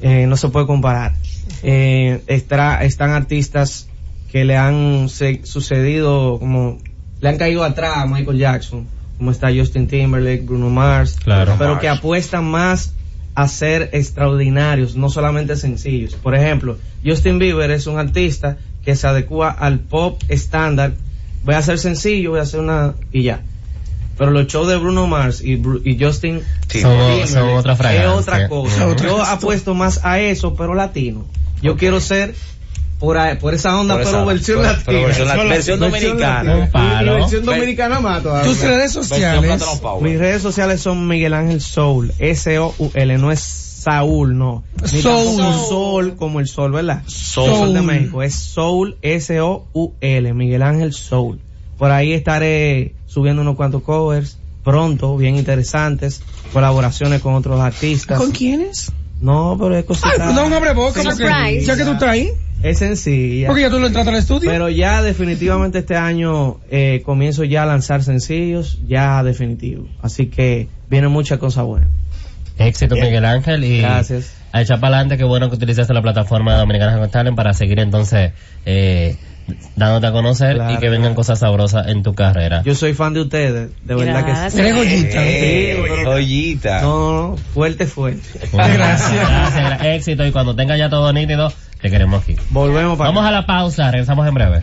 [SPEAKER 7] Eh, no se puede comparar. Eh, estará- están artistas que le han se- sucedido como le han caído atrás a Michael Jackson, como está Justin Timberlake, Bruno Mars,
[SPEAKER 5] Claro.
[SPEAKER 7] pero
[SPEAKER 3] Mars.
[SPEAKER 7] que apuestan más a ser extraordinarios, no solamente sencillos. Por ejemplo, Justin Bieber es un artista que se adecua al pop estándar. Voy a hacer sencillo, voy a hacer una y ya. Pero los shows de Bruno Mars y, Bru- y Justin
[SPEAKER 3] Sí.
[SPEAKER 5] Son-
[SPEAKER 7] Bieber
[SPEAKER 5] son otra
[SPEAKER 7] es
[SPEAKER 5] fragancia.
[SPEAKER 7] otra cosa.
[SPEAKER 4] Otra
[SPEAKER 7] Yo apuesto más a eso, pero latino. Yo quiero ser por, ahí- por esa onda,
[SPEAKER 3] Por
[SPEAKER 7] pero
[SPEAKER 3] esa-
[SPEAKER 7] versión
[SPEAKER 3] por-
[SPEAKER 7] latina.
[SPEAKER 3] pero versión la-
[SPEAKER 7] Solo-
[SPEAKER 3] versión dominicana.
[SPEAKER 7] latina.
[SPEAKER 5] Un palo.
[SPEAKER 7] Y Versión
[SPEAKER 3] Ve-
[SPEAKER 7] dominicana mato.
[SPEAKER 4] Tus redes
[SPEAKER 3] Versión
[SPEAKER 4] sociales.
[SPEAKER 3] Plátano
[SPEAKER 7] Mis
[SPEAKER 3] Power.
[SPEAKER 7] redes sociales son Miguel Ángel Soul, S-O-U-L, no es Saúl, no. Ni
[SPEAKER 4] Soul.
[SPEAKER 7] tampoco Sol, como el sol, ¿verdad?
[SPEAKER 3] Soul.
[SPEAKER 7] El Sol de México, es Soul, S-O-U-L, Miguel Ángel Soul. Por ahí estaré subiendo unos cuantos covers pronto, bien interesantes, colaboraciones con otros artistas.
[SPEAKER 4] ¿Con quiénes?
[SPEAKER 7] No, pero es
[SPEAKER 4] Ay,
[SPEAKER 7] cosita.
[SPEAKER 4] no, abre boca, porque
[SPEAKER 1] Surprise.
[SPEAKER 4] ya que tú estás ahí,
[SPEAKER 7] Es sencilla.
[SPEAKER 4] porque ya tú no entraste al estudio.
[SPEAKER 7] Pero ya definitivamente este año eh, comienzo ya a lanzar sencillos, ya definitivo. Así que viene mucha cosa buena.
[SPEAKER 5] Éxito
[SPEAKER 2] Bien.
[SPEAKER 5] Miguel Ángel y
[SPEAKER 7] Eh, Gracias.
[SPEAKER 5] a echar para adelante, qué bueno que utilizaste la plataforma de Dominicanas con Talent para seguir entonces eh, dándote a conocer
[SPEAKER 7] Claro,
[SPEAKER 5] y que vengan
[SPEAKER 7] claro.
[SPEAKER 5] cosas sabrosas en tu carrera.
[SPEAKER 7] Yo soy fan de ustedes, de verdad que sí.
[SPEAKER 1] Gracias.
[SPEAKER 4] Tres joyitas.
[SPEAKER 3] Eh,
[SPEAKER 7] Sí, pero-
[SPEAKER 3] joyita.
[SPEAKER 7] No, no, no, fuerte, fuerte.
[SPEAKER 5] Bueno,
[SPEAKER 4] Gracias.
[SPEAKER 5] gracias, gra- éxito y cuando tengas ya todo nítido, te queremos aquí.
[SPEAKER 7] Volvemos para
[SPEAKER 5] Vamos a la pausa, regresamos en breve.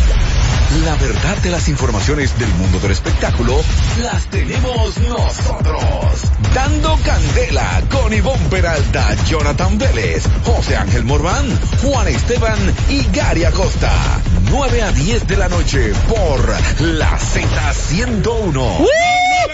[SPEAKER 6] La verdad de las informaciones del mundo del espectáculo las tenemos nosotros. Dando candela con Ivonne Peralta, Jonathan Vélez, José Ángel Morván, Juan Esteban y Gary Acosta. 9 a 10 de la noche por la Z101.
[SPEAKER 2] 9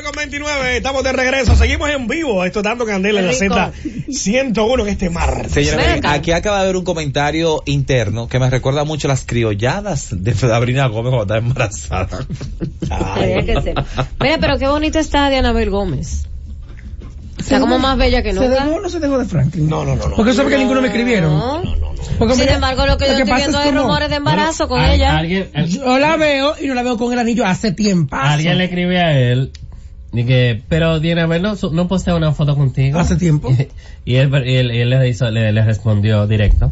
[SPEAKER 2] con 29, estamos de regreso, seguimos en vivo, esto es dando candela en la
[SPEAKER 1] Rico.
[SPEAKER 2] Z 101 en este martes.
[SPEAKER 3] Señora,
[SPEAKER 1] Ven acá.
[SPEAKER 3] aquí acaba de haber un comentario interno que me recuerda mucho las criolladas de Sabrina Gómez cuando estaba embarazada.
[SPEAKER 1] Tenía que ser. Mira, pero qué bonito está Diana Bel Gómez. Está como más bella que
[SPEAKER 4] ¿Se
[SPEAKER 1] nunca.
[SPEAKER 4] dejó o no se dejó de Franklin?
[SPEAKER 2] No, no, no, no.
[SPEAKER 4] Porque eso es porque ninguno me escribieron.
[SPEAKER 1] No.
[SPEAKER 4] Porque
[SPEAKER 1] Sin
[SPEAKER 4] mira,
[SPEAKER 1] embargo, lo que yo estoy
[SPEAKER 4] pasa
[SPEAKER 1] viendo
[SPEAKER 4] es
[SPEAKER 1] es
[SPEAKER 4] como-
[SPEAKER 1] rumores de embarazo con
[SPEAKER 5] Al-
[SPEAKER 1] ella.
[SPEAKER 5] Alguien, eh,
[SPEAKER 4] Yo la veo y no la veo con el anillo hace tiempo.
[SPEAKER 5] alguien le escribe a él y que, pero Diana, a ver, no, su- no postea una foto contigo.
[SPEAKER 4] Hace tiempo.
[SPEAKER 5] Y él, y él, y él le, hizo- le- le respondió directo,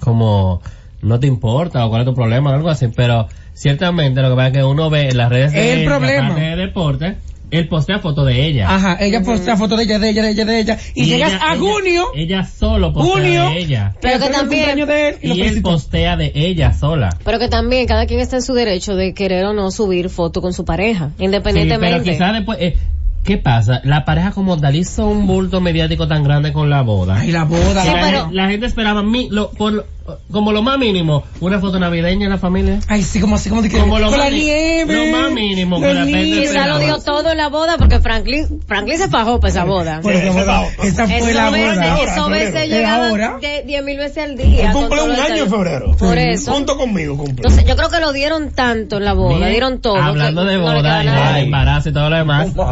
[SPEAKER 5] como no te importa o cuál es tu problema o algo así, pero ciertamente lo que pasa es que uno ve en las redes
[SPEAKER 4] El
[SPEAKER 5] de,
[SPEAKER 4] problema.
[SPEAKER 5] las redes de deporte, él postea fotos de ella.
[SPEAKER 4] Ajá, ella postea foto de ella, de ella, de ella, de ella. Y, llegas
[SPEAKER 5] ella-
[SPEAKER 4] a
[SPEAKER 5] ella-
[SPEAKER 4] junio,
[SPEAKER 5] Ella solo postea
[SPEAKER 4] junio,
[SPEAKER 5] de ella.
[SPEAKER 1] Pero que
[SPEAKER 4] fue el
[SPEAKER 1] también-
[SPEAKER 4] cumpleaños de él y lo
[SPEAKER 5] Y él
[SPEAKER 4] felicitó.
[SPEAKER 5] postea de ella sola.
[SPEAKER 1] Pero que también cada quien está en su derecho de querer o no subir foto con su pareja, independientemente.
[SPEAKER 5] Sí, pero quizás después... eh, ¿Qué pasa? La pareja como tal hizo un bulto mediático tan grande con la boda.
[SPEAKER 4] Ay, la boda.
[SPEAKER 1] Sí,
[SPEAKER 4] la-
[SPEAKER 5] la,
[SPEAKER 1] pero-
[SPEAKER 5] gen- la gente esperaba mi- lo- por lo- como lo más mínimo una foto navideña en la familia.
[SPEAKER 4] Ay, sí, como así, como de que
[SPEAKER 5] Como lo
[SPEAKER 4] con la
[SPEAKER 5] más-
[SPEAKER 4] nieve.
[SPEAKER 5] lo más mínimo,
[SPEAKER 4] la
[SPEAKER 5] que la gente
[SPEAKER 4] nieve.
[SPEAKER 1] Quizá lo dio todo en la boda porque Franklin, Franklin se fajó para esa boda.
[SPEAKER 4] Por esa boda, esa fue la
[SPEAKER 1] Eso veces,
[SPEAKER 4] boda.
[SPEAKER 1] eso
[SPEAKER 2] febrero.
[SPEAKER 1] veces
[SPEAKER 4] Es ahora.
[SPEAKER 1] llegaba de diez mil veces al
[SPEAKER 2] Él
[SPEAKER 1] día. con
[SPEAKER 2] cumple
[SPEAKER 1] todo
[SPEAKER 2] un
[SPEAKER 1] el
[SPEAKER 2] año en
[SPEAKER 1] teléfono.
[SPEAKER 2] febrero.
[SPEAKER 1] Por eso.
[SPEAKER 2] Junto conmigo cumple.
[SPEAKER 1] Entonces yo creo que lo dieron tanto en la boda,
[SPEAKER 5] Miren,
[SPEAKER 1] dieron todo.
[SPEAKER 5] Hablando
[SPEAKER 1] que
[SPEAKER 5] de
[SPEAKER 1] no le quedaba
[SPEAKER 5] boda, y
[SPEAKER 1] nada.
[SPEAKER 5] de embarazo y todo lo demás.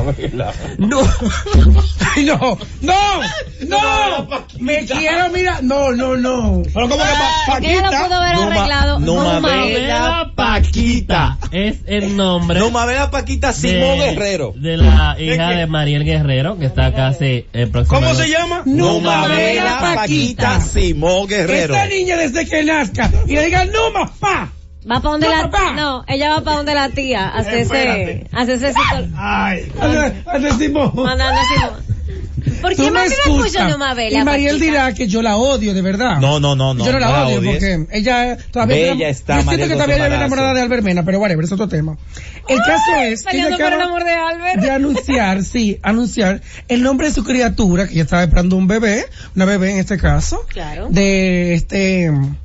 [SPEAKER 4] No. Ay, no. No. No. Me quiero, mira. No, no, no.
[SPEAKER 2] Pero como que pa-
[SPEAKER 1] Que Ah, ella lo pudo
[SPEAKER 2] Paquita,
[SPEAKER 1] haber
[SPEAKER 3] Numa-
[SPEAKER 1] arreglado.
[SPEAKER 3] Numa
[SPEAKER 1] Numa
[SPEAKER 3] Vela.
[SPEAKER 1] Vela.
[SPEAKER 5] Paquita es el nombre.
[SPEAKER 3] No mames, la Paquita Simón Guerrero.
[SPEAKER 5] De la hija
[SPEAKER 2] qué?
[SPEAKER 5] de Mariel Guerrero, que está casi eh, próxima.
[SPEAKER 2] ¿cómo se llama?
[SPEAKER 3] Numa
[SPEAKER 4] Vela
[SPEAKER 3] Vela Paquita
[SPEAKER 4] Paquita
[SPEAKER 3] Simón Guerrero.
[SPEAKER 4] Esta niña desde que nazca y le diga no más pa.
[SPEAKER 1] Va para donde
[SPEAKER 4] No,
[SPEAKER 1] la
[SPEAKER 4] papá.
[SPEAKER 1] No, ella va para donde la tía. Hacerse,
[SPEAKER 2] Espérate.
[SPEAKER 1] hacerse
[SPEAKER 4] Ah.
[SPEAKER 1] psico-
[SPEAKER 2] Ay.
[SPEAKER 4] Al decimos.
[SPEAKER 1] mandando así. ¿Por qué
[SPEAKER 4] Tú me
[SPEAKER 1] más me escucha
[SPEAKER 4] escuchas.
[SPEAKER 1] Numa Vela?
[SPEAKER 4] Y Mariel
[SPEAKER 1] Paquita?
[SPEAKER 4] dirá que yo la odio, de verdad.
[SPEAKER 3] No, no, no, no.
[SPEAKER 4] yo no la
[SPEAKER 3] no
[SPEAKER 4] odio
[SPEAKER 3] odies.
[SPEAKER 4] porque ella todavía
[SPEAKER 3] Bella
[SPEAKER 4] yo
[SPEAKER 3] está,
[SPEAKER 4] siento
[SPEAKER 3] Mariel
[SPEAKER 4] que
[SPEAKER 3] González.
[SPEAKER 4] todavía ella es enamorada de Albert Mena, pero whatever, es otro tema. El
[SPEAKER 1] Ah,
[SPEAKER 4] caso es que ella
[SPEAKER 1] Peleando por el
[SPEAKER 4] acaba
[SPEAKER 1] amor de Albert.
[SPEAKER 4] de anunciar, sí, anunciar el nombre de su criatura, que ya estaba esperando un bebé, una bebé en este caso,
[SPEAKER 1] Claro.
[SPEAKER 4] de este mm,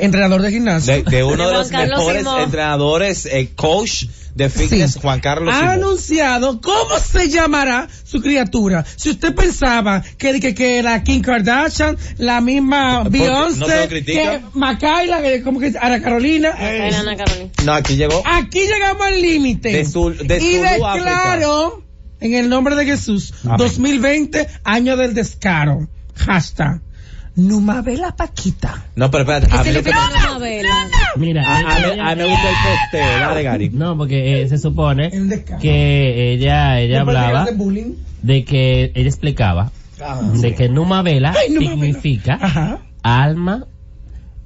[SPEAKER 4] entrenador de gimnasio.
[SPEAKER 3] De, de uno
[SPEAKER 1] Juan
[SPEAKER 3] de los
[SPEAKER 1] Carlos
[SPEAKER 3] mejores
[SPEAKER 1] Simón.
[SPEAKER 3] entrenadores, eh, coach de
[SPEAKER 4] Sí. Ah,
[SPEAKER 3] fitness, Juan Carlos
[SPEAKER 4] ha
[SPEAKER 3] Simón.
[SPEAKER 4] anunciado cómo se llamará su criatura. Si usted pensaba que, que, que la Kim Kardashian, la misma
[SPEAKER 3] Porque no te
[SPEAKER 4] Beyoncé,
[SPEAKER 3] lo critica. Eh,
[SPEAKER 4] que Macaila, que- ¿cómo que Ana Carolina,
[SPEAKER 1] Ay, Ana Carolina.
[SPEAKER 3] No, aquí llegó.
[SPEAKER 4] Aquí llegamos al límite.
[SPEAKER 3] De Zul- de
[SPEAKER 4] y
[SPEAKER 3] Zulu,
[SPEAKER 4] declaro, en el nombre de Jesús,
[SPEAKER 3] Amén.
[SPEAKER 4] 2020, año del descaro. Hashtag.
[SPEAKER 8] Numabela Paquita.
[SPEAKER 3] No, pero espérate. A mí, lo que-
[SPEAKER 1] significa una vela?
[SPEAKER 5] Mira,
[SPEAKER 3] a,
[SPEAKER 5] eh,
[SPEAKER 3] a-
[SPEAKER 5] ella-
[SPEAKER 3] a- a mí Ah, me gusta el posteo, dale, Gary.
[SPEAKER 5] no, porque eh, se supone
[SPEAKER 4] En un descaro.
[SPEAKER 5] que ella, ella hablaba
[SPEAKER 4] bullying.
[SPEAKER 5] de que ella explicaba de que Numa Vela significa
[SPEAKER 4] Ajá.
[SPEAKER 5] alma,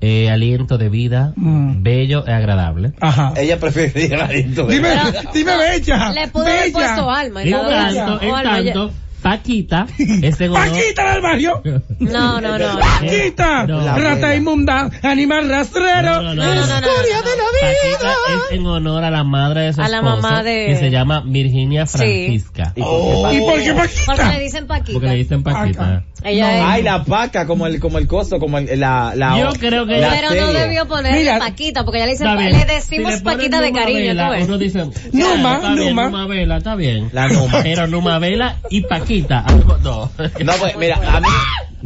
[SPEAKER 5] eh, aliento de vida,
[SPEAKER 4] Mm.
[SPEAKER 5] bello e agradable.
[SPEAKER 4] Ajá.
[SPEAKER 3] Ella preferiría el aliento de-
[SPEAKER 4] Dime,
[SPEAKER 1] Pero-
[SPEAKER 4] dime bella.
[SPEAKER 1] Le pudo haber
[SPEAKER 4] bella.
[SPEAKER 1] puesto alma. en
[SPEAKER 5] En
[SPEAKER 1] dado
[SPEAKER 5] tanto,
[SPEAKER 1] caso. O
[SPEAKER 5] en
[SPEAKER 1] alma, ya-
[SPEAKER 5] tanto, Paquita es en honor-
[SPEAKER 4] Paquita del barrio.
[SPEAKER 1] No, no, no.
[SPEAKER 4] Paquita.
[SPEAKER 5] No. La
[SPEAKER 4] Rata inmunda. Animal rastrero.
[SPEAKER 5] No, no, no, no, no, no,
[SPEAKER 4] Historia de
[SPEAKER 5] Paquita
[SPEAKER 4] la vida.
[SPEAKER 5] es en honor a la madre de su
[SPEAKER 1] A la
[SPEAKER 5] esposo,
[SPEAKER 1] mamá de-
[SPEAKER 5] que se llama Virginia
[SPEAKER 1] Sí.
[SPEAKER 5] Francisca.
[SPEAKER 3] ¿Y por qué
[SPEAKER 4] ¿Y por qué
[SPEAKER 1] Porque
[SPEAKER 4] Paquita?
[SPEAKER 1] le dicen
[SPEAKER 5] Porque le
[SPEAKER 1] Paquita.
[SPEAKER 5] dicen Paquita.
[SPEAKER 3] pa-
[SPEAKER 4] Paca.
[SPEAKER 1] Ella
[SPEAKER 3] Ay,
[SPEAKER 1] es.
[SPEAKER 3] la paca, como el, como el coso, como el, la, la.
[SPEAKER 5] Yo creo que-
[SPEAKER 3] la
[SPEAKER 1] Pero no
[SPEAKER 3] serie.
[SPEAKER 1] debió ponerle
[SPEAKER 4] Mira,
[SPEAKER 1] Paquita, porque ya le dicen,
[SPEAKER 5] Está bien.
[SPEAKER 1] "Pues, le decimos
[SPEAKER 5] Si le ponen
[SPEAKER 1] Paquita de
[SPEAKER 5] Numa
[SPEAKER 1] cariño,
[SPEAKER 5] Vela,
[SPEAKER 1] ¿tú ves?
[SPEAKER 5] uno dice,
[SPEAKER 4] Numa,
[SPEAKER 5] "Ah, está bien,
[SPEAKER 4] Numa".
[SPEAKER 5] Numa Vela, está bien.
[SPEAKER 3] La Numa.
[SPEAKER 5] Pero Numa Vela y Paquita, a los dos.
[SPEAKER 3] No, pues mira, a mí,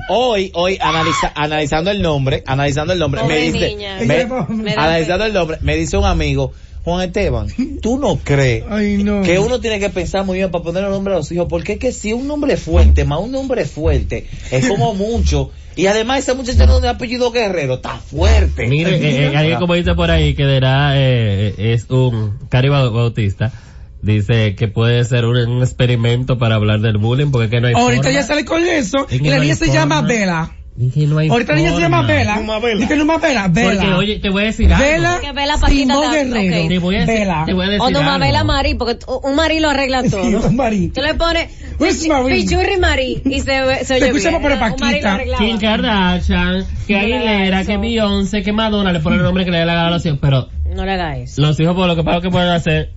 [SPEAKER 3] hoy, hoy, analiza- analizando el nombre, analizando el nombre,
[SPEAKER 1] Pobre
[SPEAKER 3] me dice,
[SPEAKER 1] niña.
[SPEAKER 3] me-
[SPEAKER 1] Me da
[SPEAKER 3] analizando el nombre, me dice un amigo, Juan Esteban, ¿tú no crees
[SPEAKER 4] Ay, no.
[SPEAKER 5] Mm.
[SPEAKER 3] que uno tiene que pensar muy bien para poner el nombre a los hijos? Porque es que si un nombre fuerte, más un nombre fuerte, es como mucho, y además ese muchacho no tiene apellido Guerrero, está fuerte.
[SPEAKER 5] Mire, eh, eh, alguien como dice por ahí que dará, eh, eh, es un Cari Bau- Bautista. Dice que puede ser un, un experimento para hablar del bullying porque es que no hay
[SPEAKER 4] Ahorita
[SPEAKER 5] forma.
[SPEAKER 4] ya sale con eso.
[SPEAKER 5] Es que
[SPEAKER 4] Y la
[SPEAKER 5] no
[SPEAKER 4] niña
[SPEAKER 5] hay
[SPEAKER 4] se llama
[SPEAKER 5] forma.
[SPEAKER 4] Vela.
[SPEAKER 5] Dije, no hay
[SPEAKER 4] Ahorita la niña se
[SPEAKER 5] forma.
[SPEAKER 4] llama Vela.
[SPEAKER 2] Numa Vela.
[SPEAKER 4] Dice Numa Vela.
[SPEAKER 5] Porque,
[SPEAKER 4] Vela.
[SPEAKER 5] oye, te voy a decir algo.
[SPEAKER 4] Vela.
[SPEAKER 1] Que Vela
[SPEAKER 4] sin
[SPEAKER 1] Paquita
[SPEAKER 4] voz
[SPEAKER 1] da-
[SPEAKER 4] guerrero.
[SPEAKER 1] ok.
[SPEAKER 5] Te voy a decir,
[SPEAKER 4] Vela.
[SPEAKER 5] te voy a decir
[SPEAKER 1] O no
[SPEAKER 5] algo.
[SPEAKER 1] Mabela Marí, porque t- un Marí lo arregla todo.
[SPEAKER 4] Sí, un Marí.
[SPEAKER 1] Tú le pones
[SPEAKER 4] Where's Marí?
[SPEAKER 1] Pichurri Marí y se, ve- se oye
[SPEAKER 4] escucha
[SPEAKER 1] bien.
[SPEAKER 4] por
[SPEAKER 1] Un Marí lo
[SPEAKER 4] Paquita.
[SPEAKER 1] arreglaba.
[SPEAKER 5] Kim Kardashian, que Aguilera, que Beyoncé, que Madonna, le ponen el nombre que le dé la gana a los hijos, pero
[SPEAKER 1] No le hagas eso.
[SPEAKER 5] los hijos por lo que pasa que pueden hacer,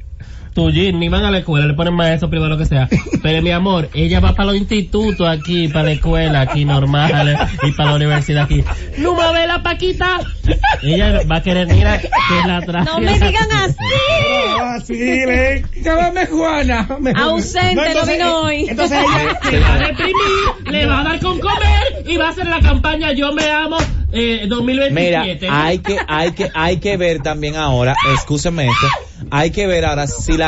[SPEAKER 5] tu ni van a la escuela, le ponen maestro privado, lo que sea, pero mi amor, ella va para los institutos aquí, para la escuela aquí normal, y para la universidad aquí. ¡Numa Vela Paquita! Ella va a querer, mira, que la traje.
[SPEAKER 1] No me digan así.
[SPEAKER 2] Vacilen.
[SPEAKER 4] Llámame Juana. Me-
[SPEAKER 1] Ausente, no, vino
[SPEAKER 4] eh,
[SPEAKER 1] hoy.
[SPEAKER 2] Entonces ella,
[SPEAKER 5] Le va a reprimir, le va a dar con comer, y va a hacer la campaña Yo me amo, eh, 2027.
[SPEAKER 3] Mira, hay que, hay que, hay que ver también ahora, escúcheme esto, hay que ver ahora si la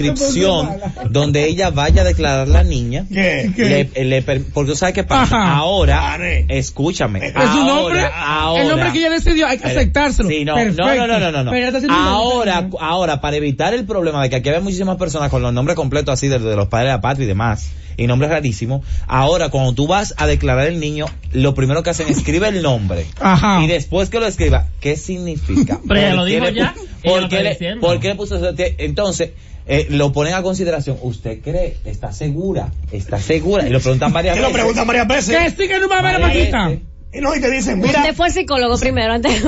[SPEAKER 3] circunscripción donde ella vaya a declarar la niña,
[SPEAKER 2] ¿qué?
[SPEAKER 3] le, le per- porque tú sabes qué pasa,
[SPEAKER 4] Ajá.
[SPEAKER 3] ahora,
[SPEAKER 2] Vale.
[SPEAKER 3] escúchame,
[SPEAKER 4] Es un nombre.
[SPEAKER 3] ahora, ahora,
[SPEAKER 4] el nombre que ella decidió, hay que
[SPEAKER 3] Espera.
[SPEAKER 4] aceptárselo.
[SPEAKER 3] Sí, no,
[SPEAKER 4] Perfecto.
[SPEAKER 3] no, no, no, no, no.
[SPEAKER 4] Pero ella está haciendo un
[SPEAKER 3] Ahora,
[SPEAKER 4] comentario.
[SPEAKER 3] ahora, para evitar el problema de que aquí había muchísimas personas con los nombres completos así de, de los padres de la patria y demás, y nombres rarísimos, ahora cuando tú vas a declarar el niño, lo primero que hacen es escribe el nombre.
[SPEAKER 4] Ajá.
[SPEAKER 3] Y después que lo escriba, ¿qué significa?
[SPEAKER 5] Ah. Pero ella
[SPEAKER 3] ¿Por qué le
[SPEAKER 5] lo dijo
[SPEAKER 3] pu-
[SPEAKER 5] ya, ella lo
[SPEAKER 3] ¿Por
[SPEAKER 5] está
[SPEAKER 3] qué le,
[SPEAKER 5] diciendo.
[SPEAKER 3] por qué le puso eso? Te- Entonces, eh, lo ponen a consideración. ¿Usted cree? ¿Está segura? ¿Está segura? Y lo preguntan varias
[SPEAKER 2] Te
[SPEAKER 3] veces.
[SPEAKER 2] lo preguntan varias
[SPEAKER 4] Que
[SPEAKER 2] veces.
[SPEAKER 4] sí que Numa Vela,
[SPEAKER 3] Varias
[SPEAKER 4] Paquita.
[SPEAKER 3] veces.
[SPEAKER 2] Y no, y te dicen, mira,
[SPEAKER 1] Usted fue el psicólogo primero antes.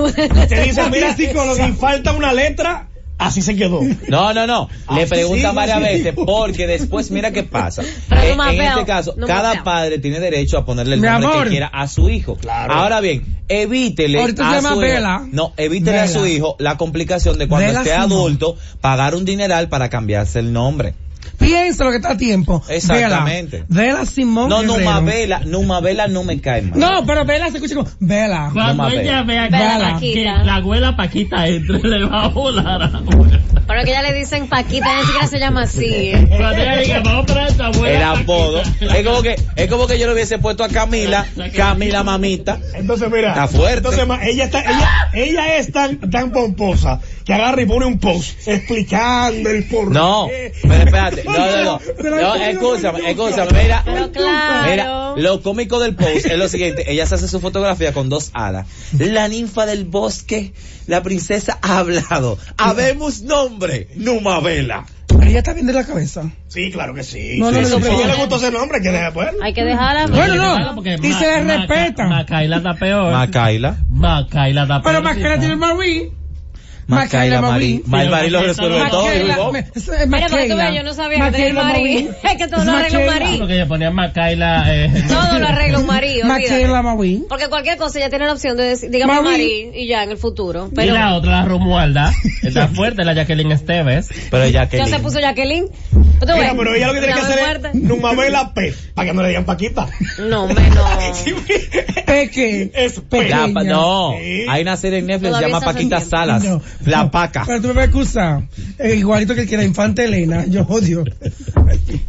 [SPEAKER 2] te dicen, mira,
[SPEAKER 4] Sí, psicóloga.
[SPEAKER 2] si falta una letra, así se quedó.
[SPEAKER 3] No, no, no. Le
[SPEAKER 2] Ah,
[SPEAKER 3] preguntan
[SPEAKER 2] sí,
[SPEAKER 3] varias
[SPEAKER 2] sí.
[SPEAKER 3] veces porque después mira qué pasa.
[SPEAKER 1] Pero
[SPEAKER 3] Eh,
[SPEAKER 1] no más
[SPEAKER 3] en
[SPEAKER 1] feo,
[SPEAKER 3] este caso,
[SPEAKER 1] no más feo.
[SPEAKER 3] cada padre tiene derecho a ponerle el
[SPEAKER 4] Mi
[SPEAKER 3] nombre
[SPEAKER 4] amor.
[SPEAKER 3] que quiera a su hijo.
[SPEAKER 2] Claro.
[SPEAKER 3] Ahora bien, evítele
[SPEAKER 4] Ahorita se
[SPEAKER 3] a
[SPEAKER 4] llama
[SPEAKER 3] su
[SPEAKER 4] Vela.
[SPEAKER 3] hijo, no, evítele a
[SPEAKER 4] Vela.
[SPEAKER 3] su hijo la complicación de cuando
[SPEAKER 4] Vela
[SPEAKER 3] esté
[SPEAKER 4] sí, no.
[SPEAKER 3] adulto pagar un dineral para cambiarse el nombre.
[SPEAKER 4] Piensa lo que está a tiempo.
[SPEAKER 3] Exactamente.
[SPEAKER 4] Vela, Vela Simón.
[SPEAKER 3] No, Numa
[SPEAKER 4] Guerrero.
[SPEAKER 3] Vela, Numa Vela no me cae mal.
[SPEAKER 4] No, pero Vela se escucha como Vela.
[SPEAKER 5] Cuando
[SPEAKER 3] No me
[SPEAKER 5] ella vea
[SPEAKER 1] Ve a la
[SPEAKER 5] que, que
[SPEAKER 1] Paquita.
[SPEAKER 5] la abuela Paquita entre, le va a volar a la puerta.
[SPEAKER 1] Pero que ya le dicen Paquita, ni siquiera se llama así. ¿eh?
[SPEAKER 5] Cuando ella diga, vamos para esta abuela.
[SPEAKER 3] El apodo.
[SPEAKER 5] Paquita.
[SPEAKER 3] Es como que, es como que yo le hubiese puesto a Camila, Camila mamita.
[SPEAKER 2] Entonces, mira.
[SPEAKER 3] Está fuerte.
[SPEAKER 2] Entonces, ma- ella está, ella, ella es tan, tan pomposa que agarra y pone un post explicando el por
[SPEAKER 3] No,
[SPEAKER 2] qué.
[SPEAKER 3] pero espérate, no, no, no,
[SPEAKER 4] Pero
[SPEAKER 3] no,
[SPEAKER 4] hay que-
[SPEAKER 3] escúchame, escúchame, mira,
[SPEAKER 1] Pero claro.
[SPEAKER 3] mira, lo cómico del post es lo siguiente, ella se hace su fotografía con dos alas, la ninfa del bosque, la princesa ha hablado, habemos nombre, Numabela.
[SPEAKER 4] Pero ella está bien de la cabeza.
[SPEAKER 2] Sí, claro que sí.
[SPEAKER 4] No, no,
[SPEAKER 2] Sí,
[SPEAKER 4] no,
[SPEAKER 2] sí,
[SPEAKER 4] no,
[SPEAKER 2] sí. Si
[SPEAKER 4] pero-
[SPEAKER 2] a ella le gustó ese nombre, que deja pues.
[SPEAKER 1] Hay que dejarla.
[SPEAKER 4] Bueno,
[SPEAKER 5] Porque
[SPEAKER 4] no.
[SPEAKER 5] claro, porque
[SPEAKER 4] Y se le
[SPEAKER 5] Maca-
[SPEAKER 4] respeta.
[SPEAKER 5] Macaila está peor.
[SPEAKER 3] Macaila,
[SPEAKER 5] Macaila está peor.
[SPEAKER 4] Pero Macaela tiene el Marí.
[SPEAKER 3] Macaila,
[SPEAKER 4] Macaila
[SPEAKER 3] Mari,
[SPEAKER 4] Marí.
[SPEAKER 3] Mari lo resuelve todo,
[SPEAKER 4] Macaela,
[SPEAKER 3] ¿no?
[SPEAKER 4] me- es- es
[SPEAKER 1] Mira, porque tú
[SPEAKER 4] Macaela.
[SPEAKER 1] ves, yo no sabía que tenía
[SPEAKER 4] Macaela
[SPEAKER 1] Marí.
[SPEAKER 4] Maui.
[SPEAKER 1] Es que todo
[SPEAKER 4] Es
[SPEAKER 1] lo arregla un
[SPEAKER 4] Macaela.
[SPEAKER 1] Marí.
[SPEAKER 5] Porque le ponían Macaila. Eh,
[SPEAKER 1] Todo lo arregla un Marí.
[SPEAKER 4] Macaela
[SPEAKER 1] olvídate.
[SPEAKER 4] Maui.
[SPEAKER 1] Porque cualquier cosa ya tiene la opción de decir, digamos
[SPEAKER 4] Marí.
[SPEAKER 1] Marí y ya en el futuro.
[SPEAKER 5] y
[SPEAKER 1] Pero
[SPEAKER 5] la otra, la Romualda. Está fuerte, la Jacqueline Esteves.
[SPEAKER 3] Pero ya que
[SPEAKER 1] ya se puso Jacqueline. ¿Tú
[SPEAKER 2] Mira,
[SPEAKER 1] ves?
[SPEAKER 2] pero ella lo que tiene que
[SPEAKER 1] Ya
[SPEAKER 2] hacer
[SPEAKER 1] me
[SPEAKER 2] es
[SPEAKER 1] muerte.
[SPEAKER 2] Numabela P, para que no le digan Paquita.
[SPEAKER 1] No, hombre, no.
[SPEAKER 4] Peque.
[SPEAKER 2] Es
[SPEAKER 4] Peque.
[SPEAKER 3] La pa-
[SPEAKER 4] pequeña.
[SPEAKER 3] no,
[SPEAKER 2] Sí.
[SPEAKER 3] hay una serie en Netflix que se
[SPEAKER 1] Todavía
[SPEAKER 3] llama
[SPEAKER 1] estás en
[SPEAKER 3] Paquita
[SPEAKER 1] tiempo.
[SPEAKER 3] Salas.
[SPEAKER 4] No.
[SPEAKER 3] La paca.
[SPEAKER 4] Pero tú me vas a excusar. Eh, igualito que el que la infanta Elena. Yo odio.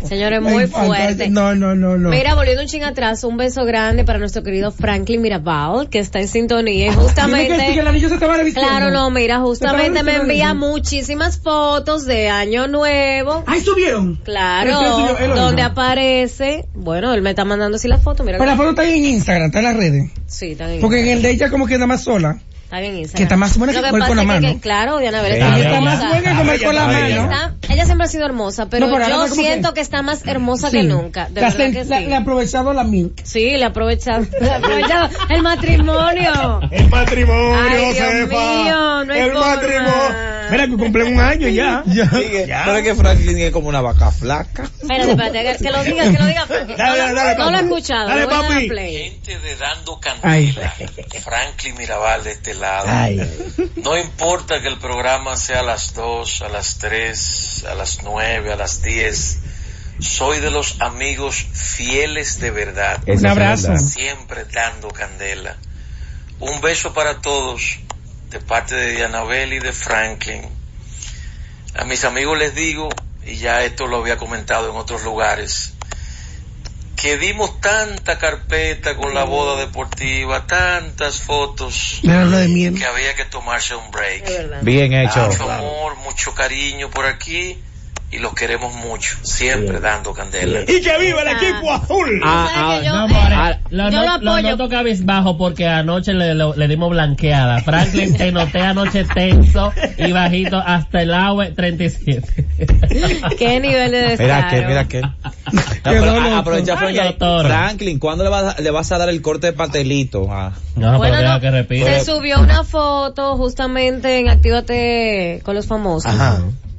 [SPEAKER 1] Señores,
[SPEAKER 4] La
[SPEAKER 1] muy
[SPEAKER 4] infanta-
[SPEAKER 1] fuerte.
[SPEAKER 4] No, no, no, no.
[SPEAKER 1] Mira, volviendo un ching atrás, un beso grande para nuestro querido Franklin Mirabal, que está en sintonía y
[SPEAKER 4] Tiene que decir que el
[SPEAKER 1] justamente...
[SPEAKER 4] anillo se estaba revistiendo.
[SPEAKER 1] Claro, no, mira, justamente
[SPEAKER 4] Pero
[SPEAKER 1] me
[SPEAKER 4] no,
[SPEAKER 1] envía
[SPEAKER 4] no, no.
[SPEAKER 1] muchísimas fotos de Año Nuevo.
[SPEAKER 4] Ahí subieron.
[SPEAKER 1] Claro,
[SPEAKER 4] Pero eso Ah, yo- él lo
[SPEAKER 1] donde
[SPEAKER 4] dijo.
[SPEAKER 1] aparece, bueno, él me está mandando así la foto, mira.
[SPEAKER 4] Pero la foto está ahí en Instagram, está en las redes.
[SPEAKER 1] sí, está bien.
[SPEAKER 4] Porque en el de ella como que anda más sola.
[SPEAKER 1] Está bien Instagram.
[SPEAKER 4] que está más buena
[SPEAKER 1] Lo
[SPEAKER 4] que
[SPEAKER 1] que
[SPEAKER 4] comer
[SPEAKER 1] pasa
[SPEAKER 4] con la
[SPEAKER 1] es que-
[SPEAKER 4] mano.
[SPEAKER 1] que, claro, Diana Vera
[SPEAKER 5] Está
[SPEAKER 1] está
[SPEAKER 5] bien.
[SPEAKER 1] hermosa.
[SPEAKER 4] Más buena que comer con la mano.
[SPEAKER 1] Está- ella siempre ha sido hermosa, pero,
[SPEAKER 4] No, pero ahora
[SPEAKER 1] yo
[SPEAKER 4] está como
[SPEAKER 1] siento
[SPEAKER 4] que-
[SPEAKER 1] que está más hermosa
[SPEAKER 4] Sí.
[SPEAKER 1] que nunca. De
[SPEAKER 4] La
[SPEAKER 1] verdad
[SPEAKER 4] sen-
[SPEAKER 1] que sí.
[SPEAKER 4] la- Le ha aprovechado la mil.
[SPEAKER 1] Sí, le aprovechado, le aprovechado el matrimonio.
[SPEAKER 2] El matrimonio,
[SPEAKER 1] Ay, Dios
[SPEAKER 2] Josefa.
[SPEAKER 1] mío, no hay
[SPEAKER 2] el
[SPEAKER 1] forma.
[SPEAKER 2] matrimonio. Mira que cumplen un año ya.
[SPEAKER 3] Sigue. Pero es que Franklin es como una vaca flaca.
[SPEAKER 1] Espérate, espérate, que, que lo diga, que lo diga. Frankie.
[SPEAKER 2] Dale,
[SPEAKER 1] no,
[SPEAKER 2] dale, dale,
[SPEAKER 1] no lo he
[SPEAKER 2] papá.
[SPEAKER 1] escuchado,
[SPEAKER 2] Dale,
[SPEAKER 1] le voy a dar
[SPEAKER 2] papi.
[SPEAKER 1] play.
[SPEAKER 9] gente de Dando
[SPEAKER 4] Ay.
[SPEAKER 9] Candela, Franklin Mirabal de este lado.
[SPEAKER 2] Ay.
[SPEAKER 9] No importa que el programa sea a las 2, a las 3, a las 9, a las 10. Soy de los amigos fieles de verdad,
[SPEAKER 3] Eso es
[SPEAKER 4] abrazo.
[SPEAKER 3] verdad.
[SPEAKER 9] siempre dando candela. Un beso para todos de parte de Dianabel y de Franklin. A mis amigos les digo, y ya esto lo había comentado en otros lugares, que dimos tanta carpeta con la boda deportiva, tantas fotos,
[SPEAKER 4] Mira lo Mm. de miel.
[SPEAKER 9] que había que tomarse un
[SPEAKER 1] Es
[SPEAKER 9] break.
[SPEAKER 1] verdad.
[SPEAKER 3] Bien hecho.
[SPEAKER 9] Mucho amor, mucho cariño por aquí y los queremos mucho, siempre dando candela.
[SPEAKER 2] Y que viva el equipo azul.
[SPEAKER 3] Ah.
[SPEAKER 1] ¿Sabes que yo,
[SPEAKER 5] ah, No,
[SPEAKER 1] eh,
[SPEAKER 5] more,
[SPEAKER 1] yo
[SPEAKER 5] lo,
[SPEAKER 1] lo
[SPEAKER 5] no, lo
[SPEAKER 1] apoyo.
[SPEAKER 5] noto cabizbajo porque anoche le, lo- le dimos blanqueada. Franklin, te noté anoche tenso y bajito hasta el agua 37.
[SPEAKER 1] Qué nivel de descaro.
[SPEAKER 3] Mira que, mira que.
[SPEAKER 4] Quedó loco.
[SPEAKER 3] aprovecha,
[SPEAKER 5] Ay,
[SPEAKER 3] Franklin.
[SPEAKER 5] doctor.
[SPEAKER 3] Franklin, ¿cuándo le vas, a, le vas a dar el corte de pastelito? Ah.
[SPEAKER 5] No,
[SPEAKER 1] Bueno,
[SPEAKER 5] pero deja
[SPEAKER 1] no,
[SPEAKER 5] que
[SPEAKER 1] se
[SPEAKER 5] respire.
[SPEAKER 1] subió una foto justamente en Actívate con los famosos.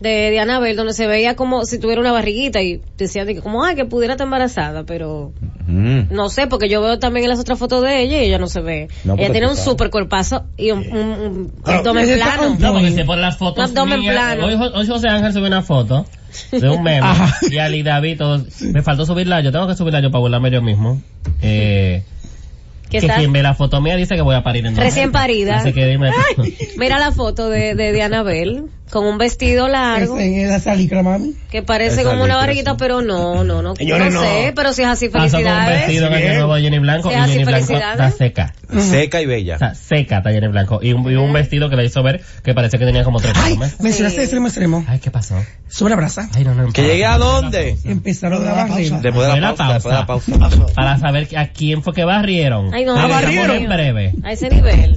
[SPEAKER 1] De Diana Bell, donde se veía como si tuviera una barriguita y decía de que como, ay, que pudiera estar embarazada, pero
[SPEAKER 3] Mm.
[SPEAKER 1] no sé, porque yo veo también en las otras fotos de ella y ella no se ve.
[SPEAKER 3] No, porque
[SPEAKER 1] ella tiene
[SPEAKER 3] tú
[SPEAKER 1] un
[SPEAKER 3] sabes.
[SPEAKER 1] super cuerpazo y un, un- un
[SPEAKER 2] Pero,
[SPEAKER 1] abdomen
[SPEAKER 4] ella está
[SPEAKER 1] plano.
[SPEAKER 4] on-
[SPEAKER 5] No, porque se ponen las fotos.
[SPEAKER 1] Un abdomen
[SPEAKER 5] mías.
[SPEAKER 1] plano.
[SPEAKER 5] Hoy, Jo- hoy José Ángel subió una foto de un meme. y Ali David, todos- me faltó subirla yo. Tengo que subirla yo para burlarme yo mismo. Eh,
[SPEAKER 1] Que
[SPEAKER 5] que
[SPEAKER 1] está
[SPEAKER 5] quien ve la foto mía dice que voy a parir en
[SPEAKER 1] recién
[SPEAKER 5] noviembre.
[SPEAKER 1] parida.
[SPEAKER 5] Así que dime.
[SPEAKER 1] Mira la foto de, de Diana Bell con un vestido largo.
[SPEAKER 4] Esa es la salicra, mami.
[SPEAKER 1] Que parece
[SPEAKER 3] Esa
[SPEAKER 1] como una
[SPEAKER 3] letra,
[SPEAKER 1] barriguita,
[SPEAKER 3] sí.
[SPEAKER 1] pero no, no, no.
[SPEAKER 2] Señores,
[SPEAKER 1] no
[SPEAKER 2] no.
[SPEAKER 1] sé, pero si es así,
[SPEAKER 5] Pasó con un
[SPEAKER 1] felicidades.
[SPEAKER 5] vestido en el nuevo Jenny Blanco y
[SPEAKER 1] Se hace
[SPEAKER 5] Jenny Blanco
[SPEAKER 1] felicidades.
[SPEAKER 5] está seca.
[SPEAKER 3] Mm. Seca y bella.
[SPEAKER 5] Está seca está Jenny Blanco. Y un, y un vestido que le hizo ver que parecía que tenía como tres
[SPEAKER 4] Ay,
[SPEAKER 5] plumas.
[SPEAKER 4] mencionaste extremo, extremo.
[SPEAKER 5] Ay, ¿qué pasó?
[SPEAKER 4] Sobre la brasa.
[SPEAKER 5] Ay, no, no.
[SPEAKER 3] ¿Que llegué a dónde?
[SPEAKER 4] Empezaron a barrer.
[SPEAKER 3] Después de la pausa. Después de la pausa.
[SPEAKER 5] Para saber que- a quién fue que barrieron.
[SPEAKER 1] Ay, no,
[SPEAKER 5] Regresamos
[SPEAKER 1] barrieron.
[SPEAKER 5] en breve.
[SPEAKER 1] A ese nivel.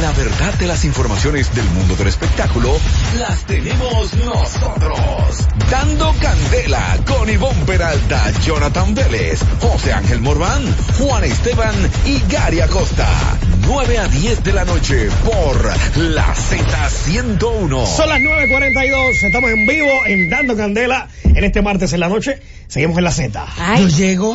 [SPEAKER 6] La verdad de las informaciones del mundo del espectáculo las tenemos nosotros. Dando candela con Ivonne Peralta, Jonathan Vélez, José Ángel Morván, Juan Esteban y Gary Acosta. 9 a 10 de la noche por la Z101.
[SPEAKER 2] Son las 9.42, estamos en vivo en Dando Candela en este martes en la noche. Seguimos en la Z.
[SPEAKER 4] Yo
[SPEAKER 1] Ay,
[SPEAKER 4] llego,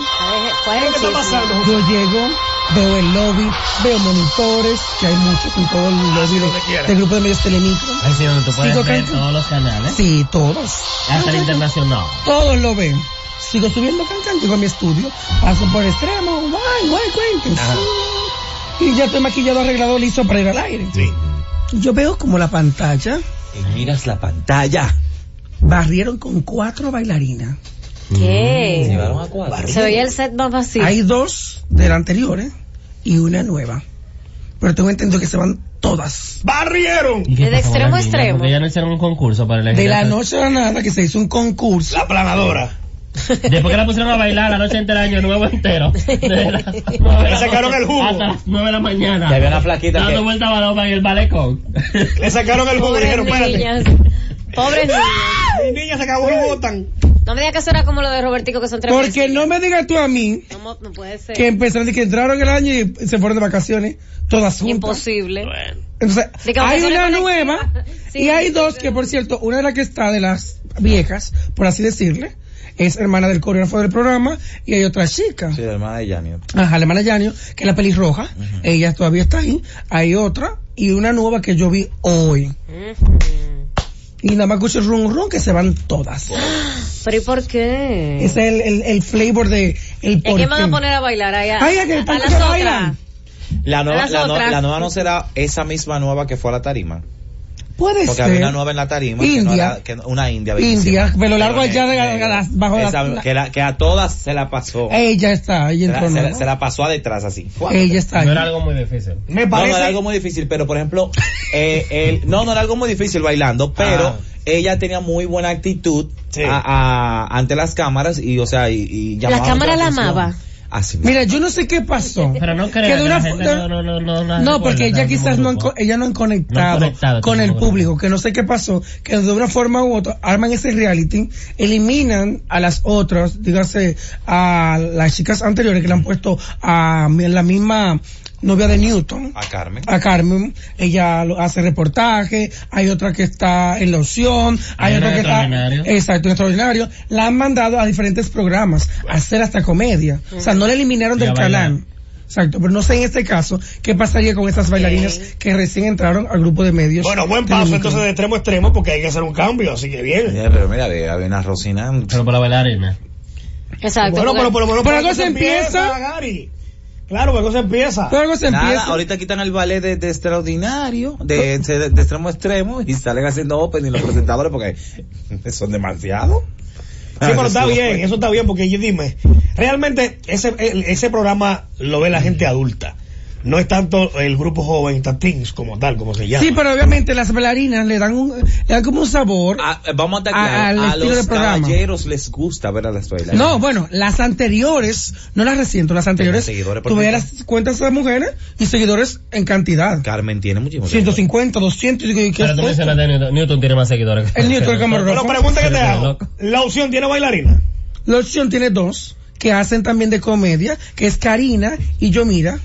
[SPEAKER 1] ¿cuál es
[SPEAKER 2] ¿Qué
[SPEAKER 1] el
[SPEAKER 2] está
[SPEAKER 1] chisme?
[SPEAKER 2] pasando? José?
[SPEAKER 4] yo llego, veo el lobby, veo monitores, que hay muchos en todo el lobby
[SPEAKER 2] donde quiera.
[SPEAKER 4] de- del grupo de medios telemicro.
[SPEAKER 5] Ay, sí, donde tú puedes
[SPEAKER 4] Sigo
[SPEAKER 5] ver
[SPEAKER 4] cantando.
[SPEAKER 5] todos los canales.
[SPEAKER 4] Sí, todos.
[SPEAKER 5] Hasta Ah, el internacional.
[SPEAKER 4] Todos lo ven. Sigo subiendo cancan, llego a mi estudio, paso por extremo, guay, guay, cuenten. Y ya estoy maquillado, arreglado, listo para ir al aire.
[SPEAKER 2] Sí.
[SPEAKER 4] Y yo veo como la pantalla,
[SPEAKER 3] Y Eh, miras la pantalla.
[SPEAKER 4] barrieron con cuatro bailarinas.
[SPEAKER 1] ¿Qué?
[SPEAKER 3] Llevaron a cuatro.
[SPEAKER 1] Se veía el set más vacío.
[SPEAKER 4] Hay dos de la anterior ¿eh? y una nueva. Pero tengo entendido que se van todas.
[SPEAKER 2] Barrieron
[SPEAKER 5] ¿Y qué
[SPEAKER 1] De
[SPEAKER 5] pasó
[SPEAKER 1] extremo
[SPEAKER 5] con la
[SPEAKER 1] a
[SPEAKER 5] niña?
[SPEAKER 1] extremo.
[SPEAKER 5] Porque ya no hicieron un concurso para elegir.
[SPEAKER 4] De la
[SPEAKER 5] a-
[SPEAKER 4] noche a la nada que se hizo un concurso.
[SPEAKER 2] la planadora.
[SPEAKER 5] Después que la pusieron a bailar la noche entera, año nuevo entero.
[SPEAKER 2] Le
[SPEAKER 5] Le
[SPEAKER 2] sacaron el jugo.
[SPEAKER 5] Hasta las 9 de la mañana.
[SPEAKER 3] Que había una flaquita
[SPEAKER 5] Dando
[SPEAKER 3] que-
[SPEAKER 5] vuelta a baloma en el balcón.
[SPEAKER 2] Le sacaron el jugo
[SPEAKER 1] Pobres
[SPEAKER 2] y dijeron, espérate.
[SPEAKER 1] niñas. Pobres niñas.
[SPEAKER 2] Mi niña se acabó el botan.
[SPEAKER 1] No me digas que eso era como lo de Robertico, que son tres
[SPEAKER 4] Porque
[SPEAKER 1] veces.
[SPEAKER 4] no me digas tú a mí
[SPEAKER 1] No, mo- no puede ser.
[SPEAKER 4] que empezaron, que entraron el año y se fueron de vacaciones, todas juntas.
[SPEAKER 1] Imposible.
[SPEAKER 4] Entonces,
[SPEAKER 1] De que
[SPEAKER 4] hay
[SPEAKER 1] vacaciones
[SPEAKER 4] una
[SPEAKER 1] conectadas.
[SPEAKER 4] nueva
[SPEAKER 1] Sí,
[SPEAKER 4] y hay
[SPEAKER 1] sí,
[SPEAKER 4] dos
[SPEAKER 1] sí.
[SPEAKER 4] que, por cierto, una de las que está de las viejas, por así decirle, es hermana del coreógrafo del programa y hay otra chica.
[SPEAKER 3] Sí, la hermana de Yanio.
[SPEAKER 4] Ajá, la hermana Yanio, que es la pelirroja, ella todavía está ahí. Hay otra y una nueva que yo vi hoy. Y nada más escucho el rum rum que se van todas.
[SPEAKER 1] Pero ¿y por qué?
[SPEAKER 4] Ese es el, el, el flavor de el
[SPEAKER 1] ¿Y
[SPEAKER 4] por
[SPEAKER 1] quién van a
[SPEAKER 4] qué.
[SPEAKER 1] poner a bailar allá?
[SPEAKER 4] Ay, a que
[SPEAKER 1] las
[SPEAKER 4] el tanto que
[SPEAKER 1] otras.
[SPEAKER 4] bailan.
[SPEAKER 3] La nueva,
[SPEAKER 1] Las
[SPEAKER 3] la, no-
[SPEAKER 1] otras.
[SPEAKER 3] la nueva no será esa misma nueva que fue a la tarima.
[SPEAKER 4] Puede
[SPEAKER 3] Porque
[SPEAKER 4] ser.
[SPEAKER 3] había una nueva en la tarima. Que no
[SPEAKER 4] India.
[SPEAKER 3] era- que no- una india.
[SPEAKER 4] India,
[SPEAKER 3] bellísima.
[SPEAKER 4] pelo largo allá de-
[SPEAKER 3] negro.
[SPEAKER 4] de las- bajo la-
[SPEAKER 3] Esa-
[SPEAKER 4] la-
[SPEAKER 3] que, la- que a todas se la pasó.
[SPEAKER 4] Ella está, ella
[SPEAKER 3] se, la,
[SPEAKER 4] entró.
[SPEAKER 3] se
[SPEAKER 4] ¿no?
[SPEAKER 3] la- se la pasó a detrás así.
[SPEAKER 4] Ella está.
[SPEAKER 5] No
[SPEAKER 4] ahí.
[SPEAKER 5] era algo muy difícil.
[SPEAKER 2] Me
[SPEAKER 3] No, no
[SPEAKER 2] parece.
[SPEAKER 3] era algo muy difícil, pero por ejemplo, eh, el- no, no era algo muy difícil bailando, pero
[SPEAKER 2] Ah.
[SPEAKER 3] ella tenía muy buena actitud
[SPEAKER 2] Sí.
[SPEAKER 3] a- a- ante las cámaras y, o sea, y, y llamaba
[SPEAKER 1] La
[SPEAKER 3] mucho
[SPEAKER 1] cámara la
[SPEAKER 3] atención.
[SPEAKER 1] amaba.
[SPEAKER 3] Así mismo.
[SPEAKER 4] Mira, yo no sé qué pasó.
[SPEAKER 5] Pero no creo
[SPEAKER 4] Que de
[SPEAKER 5] que
[SPEAKER 4] una
[SPEAKER 5] la
[SPEAKER 4] fo-
[SPEAKER 5] gente
[SPEAKER 4] de-
[SPEAKER 5] no, no, no, no, no
[SPEAKER 4] No,
[SPEAKER 5] recuerda,
[SPEAKER 4] porque
[SPEAKER 5] está
[SPEAKER 4] ella
[SPEAKER 5] en
[SPEAKER 4] quizás
[SPEAKER 5] ningún
[SPEAKER 4] no han,
[SPEAKER 5] grupo.
[SPEAKER 4] co- ella no han
[SPEAKER 5] No
[SPEAKER 4] conectado,
[SPEAKER 5] han conectado
[SPEAKER 4] con
[SPEAKER 5] con
[SPEAKER 4] el
[SPEAKER 5] ningún
[SPEAKER 4] público, que no sé qué pasó, que de una forma u otra arman ese reality, eliminan a las otras, dígase a las chicas anteriores que le han puesto a mi- la misma novia de Newton.
[SPEAKER 3] A Carmen.
[SPEAKER 4] A Carmen, ella lo- hace reportaje, hay otra que está en la opción, hay,
[SPEAKER 5] Hay
[SPEAKER 4] otra
[SPEAKER 5] una
[SPEAKER 4] que
[SPEAKER 5] de
[SPEAKER 4] está,
[SPEAKER 5] Extraordinario.
[SPEAKER 4] exacto, en extraordinario, la han mandado a diferentes programas, a hacer hasta comedia, o sea, no la eliminaron
[SPEAKER 5] Y a
[SPEAKER 4] del
[SPEAKER 5] bailar.
[SPEAKER 4] canal. Exacto, pero no sé en este caso qué pasaría con estas bailarinas que recién entraron al grupo de medios.
[SPEAKER 2] Bueno, buen paso
[SPEAKER 4] televisivo.
[SPEAKER 2] entonces de extremo a extremo porque hay que hacer un cambio, así que bien.
[SPEAKER 3] Mira, pero mira, había había una Rosina.
[SPEAKER 5] Pero para bailarina.
[SPEAKER 1] Exacto.
[SPEAKER 2] Bueno,
[SPEAKER 1] porque-
[SPEAKER 2] pero por lo menos
[SPEAKER 4] Por
[SPEAKER 2] por
[SPEAKER 4] algo
[SPEAKER 2] algo
[SPEAKER 4] se empieza.
[SPEAKER 2] Gary. Claro, por algo se empieza.
[SPEAKER 4] Pero algo se
[SPEAKER 3] Nada,
[SPEAKER 4] empieza.
[SPEAKER 3] ahorita quitan el ballet de, de extraordinario, de, de- de extremo a extremo, y salen haciendo open y los presentadores porque son demasiados.
[SPEAKER 2] Ah, Sí, pero está bien, eso está bien, porque yo dime, realmente ese, el- ese programa lo ve la gente adulta. No es tanto el grupo joven, Tatins, como tal, como se llama.
[SPEAKER 4] Sí, pero obviamente las bailarinas le dan un, le dan como un sabor.
[SPEAKER 3] Ah, eh, vamos a estar
[SPEAKER 4] A-
[SPEAKER 3] claros,
[SPEAKER 4] al
[SPEAKER 3] a,
[SPEAKER 4] estilo
[SPEAKER 3] los
[SPEAKER 4] del programa.
[SPEAKER 3] caballeros les gusta ver a las bailas.
[SPEAKER 4] No, bueno, las anteriores, no las recientes, las anteriores,
[SPEAKER 3] seguidores, por
[SPEAKER 4] tú veías
[SPEAKER 3] ejemplo.
[SPEAKER 4] las cuentas de las mujeres y seguidores en cantidad.
[SPEAKER 3] Carmen tiene muchísimo.
[SPEAKER 4] 150, 200, y que- que
[SPEAKER 5] Pero tú
[SPEAKER 4] es
[SPEAKER 5] mencionaste a Newton. Newton tiene más seguidores.
[SPEAKER 4] El Newton Cameron
[SPEAKER 2] Pero pregunta que te hago, ¿la opción tiene bailarina?
[SPEAKER 4] La opción tiene dos que hacen también de comedia, que es Karina y Yomira.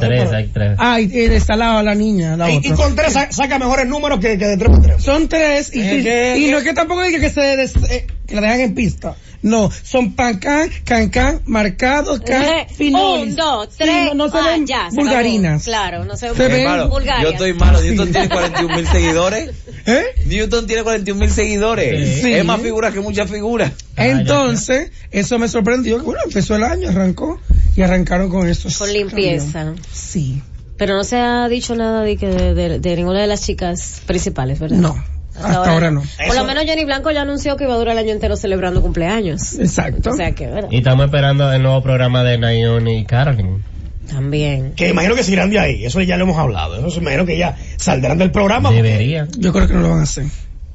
[SPEAKER 5] Tres, hay tres.
[SPEAKER 4] Ah, y, y está la, la niña, la
[SPEAKER 2] Y, y
[SPEAKER 4] otra.
[SPEAKER 2] con tres sa- saca mejores números que, que de tres por tres.
[SPEAKER 4] Son tres y,
[SPEAKER 3] Eh, que-
[SPEAKER 4] y no es que tampoco diga que se des- eh, que la dejan en pista. No, son pancán, cancán, marcados, can,
[SPEAKER 1] un, dos, tres,
[SPEAKER 4] Sí, no, no se
[SPEAKER 1] ah,
[SPEAKER 4] ven
[SPEAKER 1] ya, se acabó.
[SPEAKER 4] vulgarinas.
[SPEAKER 1] Claro, no se,
[SPEAKER 4] Se ven-
[SPEAKER 3] Hermano,
[SPEAKER 1] vulgarias.
[SPEAKER 3] yo estoy malo. Newton tiene 41 mil seguidores.
[SPEAKER 4] ¿Eh?
[SPEAKER 3] Newton tiene 41 mil seguidores.
[SPEAKER 4] Sí. Ah,
[SPEAKER 3] Es más figura que muchas figuras.
[SPEAKER 4] Entonces, eso me sorprendió. que, Bueno, empezó el año, arrancó y arrancaron con estos.
[SPEAKER 1] Con limpieza.
[SPEAKER 4] cambios. Sí.
[SPEAKER 1] Pero no se ha dicho nada de, que de, de ninguna de las chicas principales, ¿verdad?
[SPEAKER 4] No, hasta ahora no.
[SPEAKER 1] Por lo menos Jenny Blanco ya anunció que iba a durar el año entero celebrando cumpleaños.
[SPEAKER 4] Exacto.
[SPEAKER 1] O sea que, ¿verdad?
[SPEAKER 5] Y estamos esperando el nuevo programa de Nayon y Carolyn.
[SPEAKER 1] También.
[SPEAKER 2] Que imagino que seguirán de ahí, eso ya lo hemos hablado. Eso se- imagino que ya saldrán del programa.
[SPEAKER 5] Deberían.
[SPEAKER 4] Yo creo que no lo van a hacer.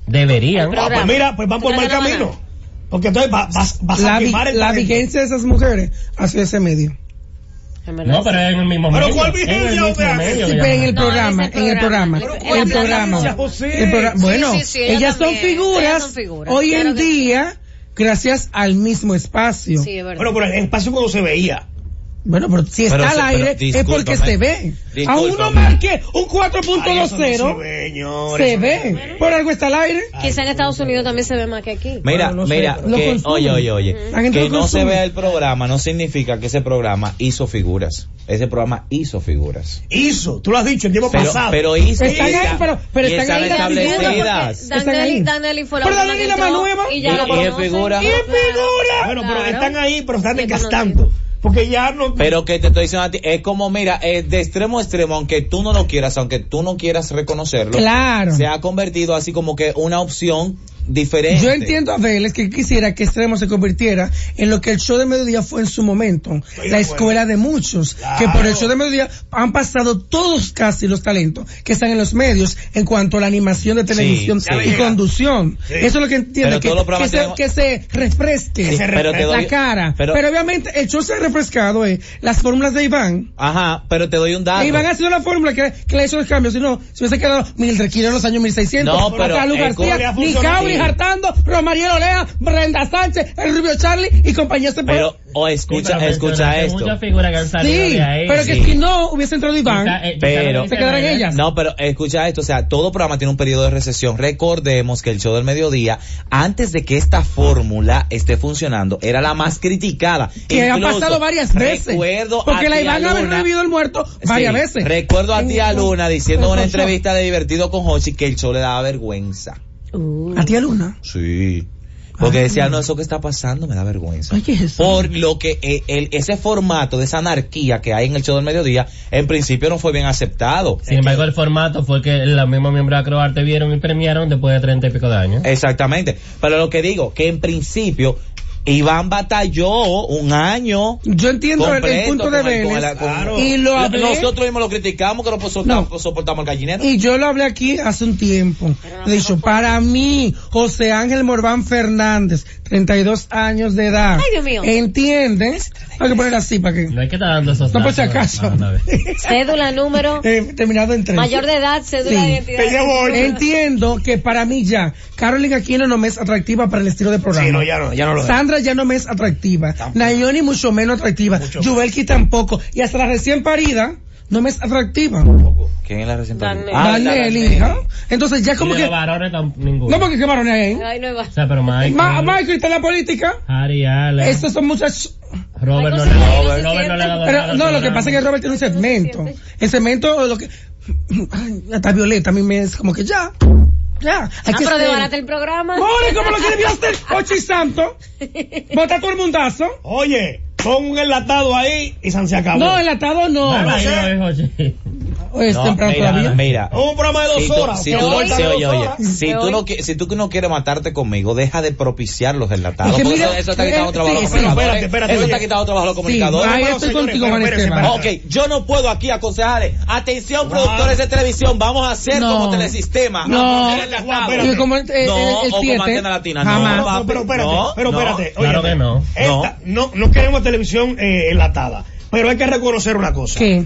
[SPEAKER 5] Deberían.
[SPEAKER 1] El pro-
[SPEAKER 2] Ah, pues mira, pues van por
[SPEAKER 1] ¿Tú
[SPEAKER 2] mal
[SPEAKER 1] crees que no
[SPEAKER 2] camino. Porque entonces va- vas, vas a
[SPEAKER 4] La, vi-
[SPEAKER 2] quemar el
[SPEAKER 4] la
[SPEAKER 2] talento.
[SPEAKER 4] vigencia de esas mujeres ha sido ese medio.
[SPEAKER 1] en verdad,
[SPEAKER 5] No, pero es en el mismo
[SPEAKER 2] Pero
[SPEAKER 5] medio.
[SPEAKER 2] ¿cuál
[SPEAKER 5] Es en el
[SPEAKER 2] vigencia,
[SPEAKER 5] mismo
[SPEAKER 2] o sea,
[SPEAKER 5] medio,
[SPEAKER 4] Sí,
[SPEAKER 5] ya.
[SPEAKER 4] pero en el
[SPEAKER 1] No,
[SPEAKER 4] programa,
[SPEAKER 1] ese
[SPEAKER 4] en el
[SPEAKER 1] programa.
[SPEAKER 4] programa,
[SPEAKER 1] Pero
[SPEAKER 4] en el
[SPEAKER 1] ¿cuál
[SPEAKER 4] programa.
[SPEAKER 1] vigencia,
[SPEAKER 4] El progra- bueno,
[SPEAKER 1] sí, sí, ellas
[SPEAKER 4] ellas son
[SPEAKER 1] también, ellas
[SPEAKER 4] figuras
[SPEAKER 1] son figuras,
[SPEAKER 4] hoy
[SPEAKER 1] claro
[SPEAKER 4] en
[SPEAKER 1] que sí.
[SPEAKER 4] día gracias al mismo espacio.
[SPEAKER 1] Sí, es verdad.
[SPEAKER 2] Bueno, pero el espacio cuando se veía.
[SPEAKER 4] Bueno, pero si está
[SPEAKER 3] Pero sí,
[SPEAKER 4] al
[SPEAKER 3] pero
[SPEAKER 4] aire es porque
[SPEAKER 3] discúlpame.
[SPEAKER 4] se ve. A
[SPEAKER 3] Discúlpame.
[SPEAKER 4] uno marque un
[SPEAKER 2] Ay, eso no
[SPEAKER 4] 4.20
[SPEAKER 2] ve, señores,
[SPEAKER 4] se
[SPEAKER 2] eso no
[SPEAKER 4] ve. Por algo está al aire.
[SPEAKER 1] Quizá en Estados Unidos también se ve más que aquí.
[SPEAKER 3] Mira,
[SPEAKER 4] Bueno, no sé,
[SPEAKER 3] mira,
[SPEAKER 4] lo
[SPEAKER 3] que-
[SPEAKER 4] consumen.
[SPEAKER 3] oye, oye, oye,
[SPEAKER 4] La gente
[SPEAKER 3] que
[SPEAKER 4] lo
[SPEAKER 3] no se
[SPEAKER 4] consume.
[SPEAKER 3] vea el programa no significa que ese programa hizo figuras. Ese programa hizo figuras.
[SPEAKER 2] Hizo, tú lo has dicho el tiempo
[SPEAKER 3] Pero,
[SPEAKER 2] pasado.
[SPEAKER 3] pero hizo
[SPEAKER 4] Están ahí, pero- pero
[SPEAKER 3] y
[SPEAKER 4] están ahí las
[SPEAKER 3] establecidas.
[SPEAKER 4] Están ahí.
[SPEAKER 1] Danelli, Danelli fue la
[SPEAKER 4] Pero
[SPEAKER 1] última que
[SPEAKER 4] Danelli la más
[SPEAKER 1] entró
[SPEAKER 4] nueva.
[SPEAKER 1] Y ya
[SPEAKER 3] Y-
[SPEAKER 1] la
[SPEAKER 3] y es
[SPEAKER 1] conocen.
[SPEAKER 3] figura.
[SPEAKER 1] Claro,
[SPEAKER 3] ¡Es
[SPEAKER 2] Figura. Bueno, pero
[SPEAKER 1] claro.
[SPEAKER 2] están ahí, pero están
[SPEAKER 1] Me
[SPEAKER 2] desgastando. Porque ya no.
[SPEAKER 3] Pero que te estoy diciendo a ti, es como, mira, es de extremo a extremo, aunque tú no lo quieras, aunque tú no quieras reconocerlo,
[SPEAKER 4] Claro.
[SPEAKER 3] se ha convertido así como que una opción diferente.
[SPEAKER 4] Yo entiendo a Vélez que quisiera que Extremo se convirtiera en lo que el show de mediodía fue en su momento, la escuela de muchos, que por el show de mediodía han pasado todos casi los talentos que están en los medios en cuanto a la animación de televisión
[SPEAKER 3] sí.
[SPEAKER 4] y conducción.
[SPEAKER 2] Sí.
[SPEAKER 4] Eso es lo que
[SPEAKER 3] Pero
[SPEAKER 4] entiendo, que,
[SPEAKER 3] todos los programas
[SPEAKER 4] que se,
[SPEAKER 3] tenemos-
[SPEAKER 4] que se refresque
[SPEAKER 3] Sí, pero te doy-
[SPEAKER 4] la cara.
[SPEAKER 3] pero-
[SPEAKER 4] Pero, obviamente el show se ha refrescado, eh, las fórmulas de Iván.
[SPEAKER 3] Ajá, pero te doy un dato.
[SPEAKER 4] Iván ha sido la fórmula que, que le ha hecho los cambios, si no, se hubiese quedado Mildred Quino en los años 1600,
[SPEAKER 3] No, pero,
[SPEAKER 4] Calu
[SPEAKER 3] eh,
[SPEAKER 4] García,
[SPEAKER 2] ¿cómo le
[SPEAKER 4] ni
[SPEAKER 2] ha funcionado?
[SPEAKER 4] Cabo ni Henry Hartando, Romariel Olea, Brenda Sánchez, el Rubio Charlie y compañía este se
[SPEAKER 3] Pero, o escucha, escucha esto.
[SPEAKER 5] Muchas figuras que han salido
[SPEAKER 4] Sí,
[SPEAKER 5] de ahí.
[SPEAKER 4] pero que
[SPEAKER 3] sí.
[SPEAKER 4] si no hubiese entrado Iván,
[SPEAKER 5] Quizá, eh, quizá
[SPEAKER 3] Pero-
[SPEAKER 5] no
[SPEAKER 4] se quedaran
[SPEAKER 5] dicen,
[SPEAKER 4] ellas.
[SPEAKER 3] No, pero escucha esto, o sea, todo programa tiene un periodo de recesión. Recordemos que el show del mediodía, antes de que esta fórmula esté funcionando, era la más criticada.
[SPEAKER 4] que ha
[SPEAKER 3] Incluso,
[SPEAKER 4] pasado varias veces.
[SPEAKER 3] Recuerdo a
[SPEAKER 4] porque la
[SPEAKER 3] tía
[SPEAKER 4] Iván ha
[SPEAKER 3] Luna-
[SPEAKER 4] revivido el muerto varias
[SPEAKER 3] Sí,
[SPEAKER 4] veces.
[SPEAKER 3] Recuerdo a tía Luna diciendo en
[SPEAKER 4] Pero
[SPEAKER 3] una
[SPEAKER 4] con show.
[SPEAKER 3] entrevista de divertido con Hochi que el show le daba vergüenza.
[SPEAKER 1] Uh.
[SPEAKER 4] A tía Luna.
[SPEAKER 3] Sí. Porque
[SPEAKER 4] Ah.
[SPEAKER 3] decía, no, eso que está pasando me da vergüenza.
[SPEAKER 4] Oye, Jesús.
[SPEAKER 3] Por lo que eh, el- ese formato de esa anarquía que hay en el show del mediodía, en principio no fue bien aceptado.
[SPEAKER 5] Sin embargo, el formato fue que los mismos miembros de Acroarte vieron y premiaron después de treinta y pico de años.
[SPEAKER 3] Exactamente. Pero lo que digo, que en principio Iván batalló un año.
[SPEAKER 4] Yo entiendo el- el,
[SPEAKER 3] completo
[SPEAKER 4] punto de
[SPEAKER 3] con el- con
[SPEAKER 4] Vélez.
[SPEAKER 3] el- con-
[SPEAKER 4] Y lo hablé.
[SPEAKER 3] Nosotros mismos lo criticamos que no soportamos, soportamos el gallinero.
[SPEAKER 4] Y yo lo hablé aquí hace un tiempo. De hecho, para mí, José Ángel Morván Fernández, 32 años de edad.
[SPEAKER 1] Ay, Dios mío.
[SPEAKER 4] ¿Entiendes? Hay que poner así para que...
[SPEAKER 5] No hay que estar dando esos
[SPEAKER 4] No, por
[SPEAKER 5] datos.
[SPEAKER 4] si acaso.
[SPEAKER 5] Ah, una vez.
[SPEAKER 1] Cédula número,
[SPEAKER 4] Eh, terminado en tres.
[SPEAKER 1] mayor de edad, cédula
[SPEAKER 4] Sí.
[SPEAKER 1] de identidad.
[SPEAKER 2] Te llevo hoy.
[SPEAKER 4] Entiendo que para mí ya, Carolina Aquino no me es atractiva para el estilo de programa.
[SPEAKER 2] Sí, no, ya no, ya no lo es.
[SPEAKER 4] Sandra ya no me es atractiva. Nayoni mucho menos atractiva. Juvelki tampoco. Y hasta la recién parida no me es atractiva.
[SPEAKER 3] ¿Quién es la recién
[SPEAKER 1] Daniel.
[SPEAKER 3] perdida? Ah,
[SPEAKER 4] Dale,
[SPEAKER 3] la-
[SPEAKER 4] el hijo. Entonces ya
[SPEAKER 5] Y
[SPEAKER 4] como
[SPEAKER 5] de
[SPEAKER 4] que...
[SPEAKER 5] los varones tam- ninguno.
[SPEAKER 4] No porque qué varones hay ahí.
[SPEAKER 1] Ay, no va.
[SPEAKER 5] O sea, pero Michael,
[SPEAKER 4] Ma- Michael está en la política.
[SPEAKER 5] Harry Allen,
[SPEAKER 4] Estos son muchachos...
[SPEAKER 5] Robert
[SPEAKER 1] Michael
[SPEAKER 5] no le
[SPEAKER 1] se
[SPEAKER 5] Robert,
[SPEAKER 1] siente.
[SPEAKER 5] Robert no le ha dado nada
[SPEAKER 4] Pero
[SPEAKER 5] al
[SPEAKER 4] no, lo que
[SPEAKER 5] programa.
[SPEAKER 4] pasa es que Robert tiene un segmento. El segmento, lo que... Ay, Hasta Violeta a mí me es como que ya. Ya. Hay
[SPEAKER 1] Ah,
[SPEAKER 4] que
[SPEAKER 1] pero
[SPEAKER 4] ser.
[SPEAKER 1] debarate el programa.
[SPEAKER 4] More, como lo quiere Bioster, Ochi Santo. Bota todo el mundazo.
[SPEAKER 2] Oye, pon un enlatado ahí y San se acabó.
[SPEAKER 4] No, enlatado no.
[SPEAKER 5] Ah, ahí lo dejo, sí.
[SPEAKER 4] Es
[SPEAKER 3] No,
[SPEAKER 4] temprano todavía.
[SPEAKER 3] mira, mira.
[SPEAKER 2] Un programa de dos
[SPEAKER 3] Si tú,
[SPEAKER 2] horas.
[SPEAKER 3] si
[SPEAKER 2] que
[SPEAKER 3] tú-
[SPEAKER 2] cortan
[SPEAKER 3] sí,
[SPEAKER 2] dos
[SPEAKER 3] oye, oye,
[SPEAKER 2] horas.
[SPEAKER 3] si
[SPEAKER 1] Me
[SPEAKER 3] tú
[SPEAKER 1] voy.
[SPEAKER 3] no qui- si tú que no quieres matarte conmigo, deja de propiciar los enlatados.
[SPEAKER 4] Es que
[SPEAKER 3] porque
[SPEAKER 4] mira,
[SPEAKER 3] eso, eso está quitando
[SPEAKER 4] eh,
[SPEAKER 3] trabajo a
[SPEAKER 4] sí,
[SPEAKER 3] los
[SPEAKER 4] sí. Pero
[SPEAKER 3] comunicadores.
[SPEAKER 2] espérate, espérate,
[SPEAKER 3] eso
[SPEAKER 2] oye.
[SPEAKER 3] está quitando trabajo a los
[SPEAKER 4] Sí,
[SPEAKER 3] comunicadores.
[SPEAKER 4] ahí
[SPEAKER 2] Bueno,
[SPEAKER 4] estoy
[SPEAKER 2] señores,
[SPEAKER 4] contigo,
[SPEAKER 2] pero
[SPEAKER 4] Juan
[SPEAKER 2] espérense,
[SPEAKER 4] Esteban.
[SPEAKER 2] espérense.
[SPEAKER 3] Ok, yo no puedo aquí aconsejarles. Atención, productores de televisión, vamos a hacer
[SPEAKER 4] No.
[SPEAKER 3] como telesistema.
[SPEAKER 4] No.
[SPEAKER 3] Vamos a hacer el
[SPEAKER 2] Juan,
[SPEAKER 3] enlatado.
[SPEAKER 2] espérate.
[SPEAKER 4] Y como el, el-
[SPEAKER 3] No,
[SPEAKER 4] el
[SPEAKER 3] o como
[SPEAKER 4] siete,
[SPEAKER 3] Antena Latina, no.
[SPEAKER 4] jamás.
[SPEAKER 2] No, pero espérate,
[SPEAKER 3] No,
[SPEAKER 2] pero
[SPEAKER 3] no.
[SPEAKER 2] espérate.
[SPEAKER 5] Claro
[SPEAKER 2] óyeme,
[SPEAKER 5] que no.
[SPEAKER 2] Esta, no. No queremos televisión eh, enlatada, pero hay que reconocer una cosa.
[SPEAKER 4] ¿Qué?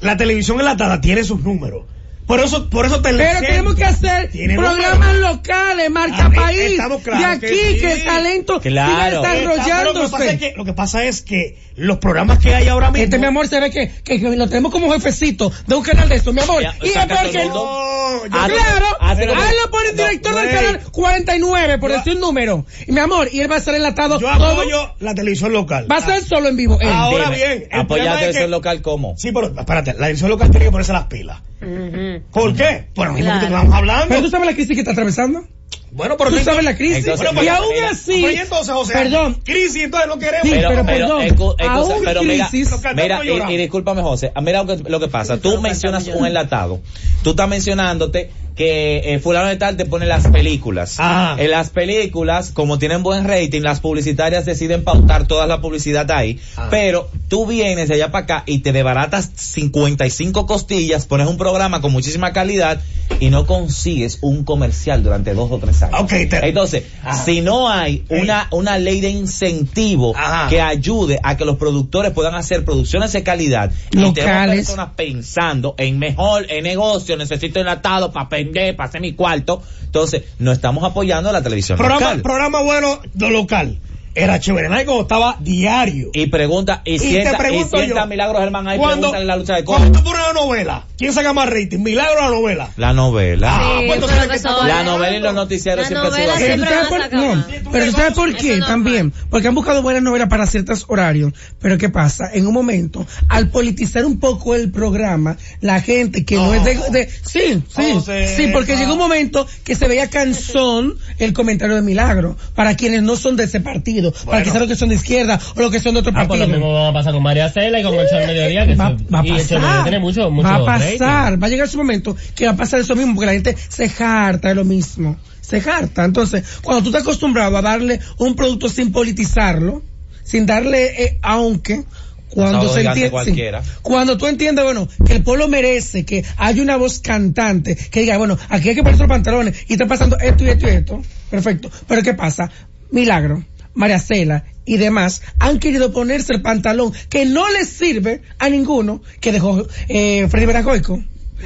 [SPEAKER 2] La televisión enlatada tiene sus números. Por eso, por eso
[SPEAKER 4] Pero
[SPEAKER 2] Telecentro-
[SPEAKER 4] tenemos que hacer
[SPEAKER 2] Tiene
[SPEAKER 4] programas
[SPEAKER 2] números.
[SPEAKER 4] locales, marca
[SPEAKER 2] Ah, eh,
[SPEAKER 4] país.
[SPEAKER 2] estamos claros
[SPEAKER 4] de aquí
[SPEAKER 2] que
[SPEAKER 4] que,
[SPEAKER 2] sí.
[SPEAKER 4] el talento
[SPEAKER 3] Claro.
[SPEAKER 4] siga
[SPEAKER 2] Está- pero Lo que, pasa es
[SPEAKER 4] desarrollándose.
[SPEAKER 2] que, lo que pasa es que los programas que hay ahora mismo.
[SPEAKER 4] Este, mi amor, se ve que, que, que lo tenemos como jefecito de un canal de eso, mi amor.
[SPEAKER 3] Ya,
[SPEAKER 4] y es
[SPEAKER 3] sácate
[SPEAKER 4] porque...
[SPEAKER 3] los dos.
[SPEAKER 2] No, yo-
[SPEAKER 3] Ah,
[SPEAKER 4] claro,
[SPEAKER 3] ah, pero-
[SPEAKER 4] ahí lo pone el
[SPEAKER 2] no,
[SPEAKER 4] director del
[SPEAKER 2] güey.
[SPEAKER 4] canal 49, por decir un número. Y mi amor, y él va a ser enlatado
[SPEAKER 2] yo
[SPEAKER 4] todo.
[SPEAKER 2] apoyo la televisión local.
[SPEAKER 4] Va a ser solo en vivo. él.
[SPEAKER 2] Ahora
[SPEAKER 3] Dime,
[SPEAKER 2] bien, el problema
[SPEAKER 3] apoyate
[SPEAKER 2] es
[SPEAKER 3] el
[SPEAKER 2] que-
[SPEAKER 3] ser local como.
[SPEAKER 2] Sí, pero espérate, la televisión local tiene que ponerse las pilas.
[SPEAKER 1] Ujú.
[SPEAKER 2] ¿Por qué? Por lo mismo que
[SPEAKER 1] Claro.
[SPEAKER 2] estamos hablando.
[SPEAKER 4] Pero tú sabes la crisis que está atravesando.
[SPEAKER 2] bueno, pero
[SPEAKER 4] Tú
[SPEAKER 2] tú-
[SPEAKER 4] sabes la crisis.
[SPEAKER 3] Entonces,
[SPEAKER 4] y
[SPEAKER 3] mira,
[SPEAKER 4] aún
[SPEAKER 3] mira.
[SPEAKER 4] así.
[SPEAKER 2] Oye, entonces, José,
[SPEAKER 4] Perdón.
[SPEAKER 2] Crisis, entonces no queremos.
[SPEAKER 4] Sí, pero perdón,
[SPEAKER 3] escu- escucha,
[SPEAKER 4] aún
[SPEAKER 3] pero mira,
[SPEAKER 4] crisis,
[SPEAKER 2] los cantantes
[SPEAKER 3] mira,
[SPEAKER 2] lloran.
[SPEAKER 3] y, y discúlpame José, ah, mira lo que, lo que pasa, tú mencionas un enlatado, tú estás mencionándote que eh, fulano de tal te pone las películas.
[SPEAKER 2] Ajá.
[SPEAKER 3] En las películas, como tienen buen rating, las publicitarias deciden pautar toda la publicidad ahí,
[SPEAKER 2] Ajá.
[SPEAKER 3] pero tú vienes de allá para acá y te debaratas 55 costillas, pones un programa con muchísima calidad y no consigues un comercial durante dos o tres años.
[SPEAKER 2] Ok, te-
[SPEAKER 3] Entonces,
[SPEAKER 2] Ajá.
[SPEAKER 3] si no hay
[SPEAKER 2] Sí.
[SPEAKER 3] una, una ley de incentivo
[SPEAKER 2] Ajá.
[SPEAKER 3] que ayude a que los productores puedan hacer producciones de calidad y tenemos
[SPEAKER 4] Locales.
[SPEAKER 3] personas pensando en mejor, en negocio, necesito enlatado para vender, para hacer mi cuarto. Entonces, no estamos apoyando a la televisión
[SPEAKER 2] Programa,
[SPEAKER 3] local.
[SPEAKER 2] programa bueno de local. Era chévere, ¿no? Y como estaba diario.
[SPEAKER 3] y pregunta, y,
[SPEAKER 2] Y
[SPEAKER 3] si
[SPEAKER 2] te
[SPEAKER 3] está, y
[SPEAKER 2] pregunto
[SPEAKER 3] si está
[SPEAKER 2] yo,
[SPEAKER 3] Milagros Germán ahí,
[SPEAKER 2] cuando-
[SPEAKER 3] pregúntale la lucha de
[SPEAKER 2] cuando
[SPEAKER 3] cosas.
[SPEAKER 2] tú pones una novela, ¿quién saca más rating? Milagro o la novela.
[SPEAKER 3] La novela.
[SPEAKER 2] Ah,
[SPEAKER 1] Sí,
[SPEAKER 2] pues entonces
[SPEAKER 1] pero
[SPEAKER 2] hay que
[SPEAKER 1] eso
[SPEAKER 2] estar-
[SPEAKER 1] es.
[SPEAKER 3] La novela y los noticieros
[SPEAKER 1] La
[SPEAKER 3] siempre han sido
[SPEAKER 1] novela
[SPEAKER 3] así.
[SPEAKER 4] Pero tú
[SPEAKER 1] siempre van a
[SPEAKER 4] sabes por, no,
[SPEAKER 1] sacar más.
[SPEAKER 4] pero tú sabes por
[SPEAKER 1] Eso
[SPEAKER 4] qué
[SPEAKER 1] normal.
[SPEAKER 4] también, porque han buscado buenas novelas para ciertos horarios, pero ¿qué pasa? En un momento, al politizar un poco el programa, la gente que no,
[SPEAKER 2] No.
[SPEAKER 4] es de, de- sí, Oh. sí, oh.
[SPEAKER 2] Josefa.
[SPEAKER 4] sí, porque llegó un momento que se veía cansón el comentario de Milagro, para quienes no son de ese partido, para
[SPEAKER 2] Bueno.
[SPEAKER 4] quizás los que son de izquierda o los que son de otro
[SPEAKER 5] Ah, pues lo
[SPEAKER 4] partido.
[SPEAKER 5] mismo va a pasar con María Cela y con el show del mediodía. Que
[SPEAKER 4] Va,
[SPEAKER 5] se-
[SPEAKER 4] va a
[SPEAKER 5] y el show del mediodía
[SPEAKER 4] pasar.
[SPEAKER 5] tiene mucho, mucho
[SPEAKER 4] va a
[SPEAKER 5] rating.
[SPEAKER 4] pasar. Va a llegar su momento que va a pasar eso mismo, porque la gente se harta de lo mismo. Se harta. Entonces, cuando tú estás acostumbrado a darle un producto sin politizarlo, sin darle, eh, aunque, cuando
[SPEAKER 3] Sábado
[SPEAKER 4] se
[SPEAKER 3] gigante
[SPEAKER 4] entiende,
[SPEAKER 3] cualquiera.
[SPEAKER 4] cuando tú entiendes, bueno, que el pueblo merece, que hay una voz cantante, que diga, bueno, aquí hay que poner los pantalones, y está pasando esto y esto y esto, perfecto. Pero ¿qué pasa? Milagro, María Cela y demás han querido ponerse el pantalón que no les sirve a ninguno que dejó
[SPEAKER 2] Mm.
[SPEAKER 4] eh, Freddy Veracoico.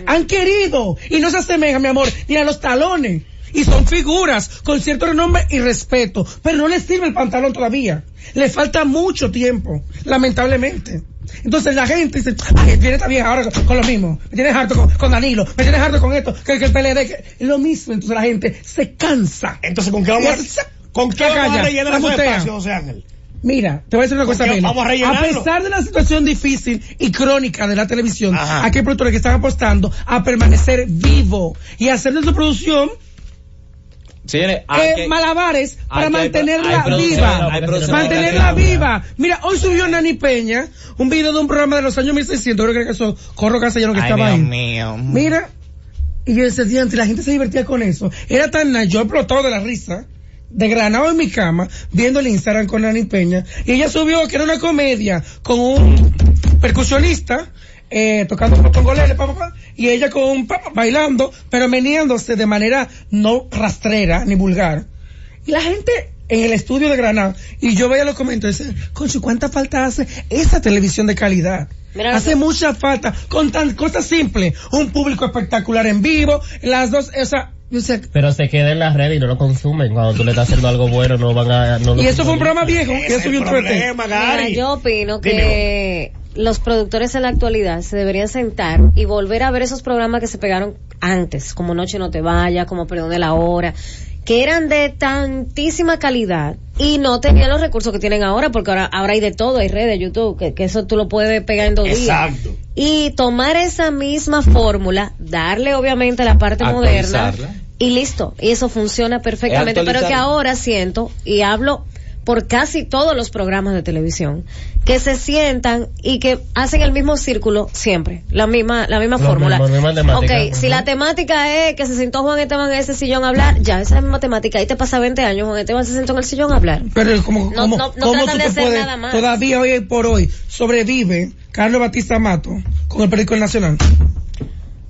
[SPEAKER 4] Han querido, y no se asemeja, mi amor, ni a los talones. y son figuras con cierto renombre y respeto, pero no les sirve el pantalón todavía. Le falta mucho tiempo, lamentablemente. Entonces la gente dice, ay, viene esta vieja ahora con, con lo mismo, me tienes harto con, con Danilo, me tienes harto con esto, que, que el PLD, que lo mismo, entonces la gente se cansa.
[SPEAKER 2] Entonces, ¿con qué vamos,
[SPEAKER 4] Y
[SPEAKER 2] a-
[SPEAKER 4] hace, ¡zap!
[SPEAKER 2] ¿con qué
[SPEAKER 4] la
[SPEAKER 2] vamos a
[SPEAKER 4] calla,
[SPEAKER 2] rellenar
[SPEAKER 4] la
[SPEAKER 2] esos
[SPEAKER 4] mutea.
[SPEAKER 2] espacios, José Ángel?
[SPEAKER 4] Mira, te voy a decir una cosa,
[SPEAKER 2] Porque
[SPEAKER 4] Mela.
[SPEAKER 2] vamos a
[SPEAKER 4] a
[SPEAKER 2] rellenarlo.
[SPEAKER 4] pesar de la situación difícil y crónica de la televisión,
[SPEAKER 2] Ajá.
[SPEAKER 4] aquí hay productores que están apostando a permanecer vivo y hacer de su producción
[SPEAKER 3] Señores,
[SPEAKER 7] Ah,
[SPEAKER 4] eh,
[SPEAKER 3] aunque-
[SPEAKER 4] malabares
[SPEAKER 3] Ah,
[SPEAKER 4] para
[SPEAKER 3] hay que- hay
[SPEAKER 4] mantenerla
[SPEAKER 3] producción,
[SPEAKER 4] viva.
[SPEAKER 3] hay producción
[SPEAKER 4] mantenerla
[SPEAKER 3] que-
[SPEAKER 4] viva. Mira, hoy subió Nani Peña un video de un programa de los años 1600, creo que era eso, Corro Castellano que
[SPEAKER 3] Ay,
[SPEAKER 4] estaba ahí.
[SPEAKER 3] Dios mío.
[SPEAKER 4] Mira, y yo decía, diante, la gente se divertía con eso. Era tan, na- yo explotado de la risa, desgranado en mi cama, viendo el Instagram con Nani Peña, y ella subió que era una comedia con un percusionista, eh, tocando potongoleles, pa, pa, pa, y ella con un pa, pa, bailando, pero meneándose de manera no rastrera ni vulgar. Y la gente en el estudio de Granada, y yo veía los comentarios, y decía, concho, ¿cuánta falta hace esa televisión de calidad?
[SPEAKER 1] Mira,
[SPEAKER 4] hace mucha falta, con tan cosas simples, un público espectacular en vivo, las dos, o sea, yo decía,
[SPEAKER 5] Pero se queda en la red y no lo consumen. Cuando tú le estás haciendo algo bueno, no van a. No lo
[SPEAKER 4] y eso fue un programa viejo,
[SPEAKER 2] Ese
[SPEAKER 4] que
[SPEAKER 2] es
[SPEAKER 4] subió
[SPEAKER 2] el
[SPEAKER 4] un truete.
[SPEAKER 2] problema,
[SPEAKER 1] Mira,
[SPEAKER 2] Gary.
[SPEAKER 1] yo opino
[SPEAKER 2] Dime.
[SPEAKER 1] que los productores en la actualidad se deberían sentar y volver a ver esos programas que se pegaron antes, como Noche no te vaya, como Perdón de la hora, que eran de tantísima calidad y no tenían los recursos que tienen ahora, porque ahora, ahora hay de todo, hay redes, YouTube, que, que eso tú lo puedes pegar en dos días.
[SPEAKER 2] Exacto.
[SPEAKER 1] Y tomar esa misma fórmula, darle obviamente la parte moderna
[SPEAKER 3] Actualizarla.
[SPEAKER 1] y listo, y eso funciona perfectamente, pero que
[SPEAKER 3] actualizarla.
[SPEAKER 1] ahora ahora siento, y hablo por casi todos los programas de televisión, que se sientan y que hacen el mismo círculo siempre, la misma, la misma
[SPEAKER 5] Lo
[SPEAKER 1] fórmula.
[SPEAKER 5] mismo, la misma temática.
[SPEAKER 1] Ok, si la
[SPEAKER 5] Ajá.
[SPEAKER 1] temática es que se sentó Juan Esteban en ese sillón a hablar, ya esa es la misma temática, ahí te pasa 20 años, Juan Esteban se sentó en el sillón a hablar.
[SPEAKER 4] Pero como,
[SPEAKER 1] No-
[SPEAKER 4] como,
[SPEAKER 1] no- no
[SPEAKER 4] como
[SPEAKER 1] tratan
[SPEAKER 4] tú
[SPEAKER 1] de
[SPEAKER 4] te
[SPEAKER 1] hacer
[SPEAKER 4] puedes,
[SPEAKER 1] nada más.
[SPEAKER 4] todavía hoy por hoy, sobrevive Carlos Batista Mato con el periódico El Nacional.
[SPEAKER 1] Mm.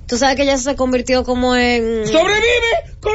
[SPEAKER 1] Tú sabes que ya se convirtió como en...
[SPEAKER 4] Sobrevive con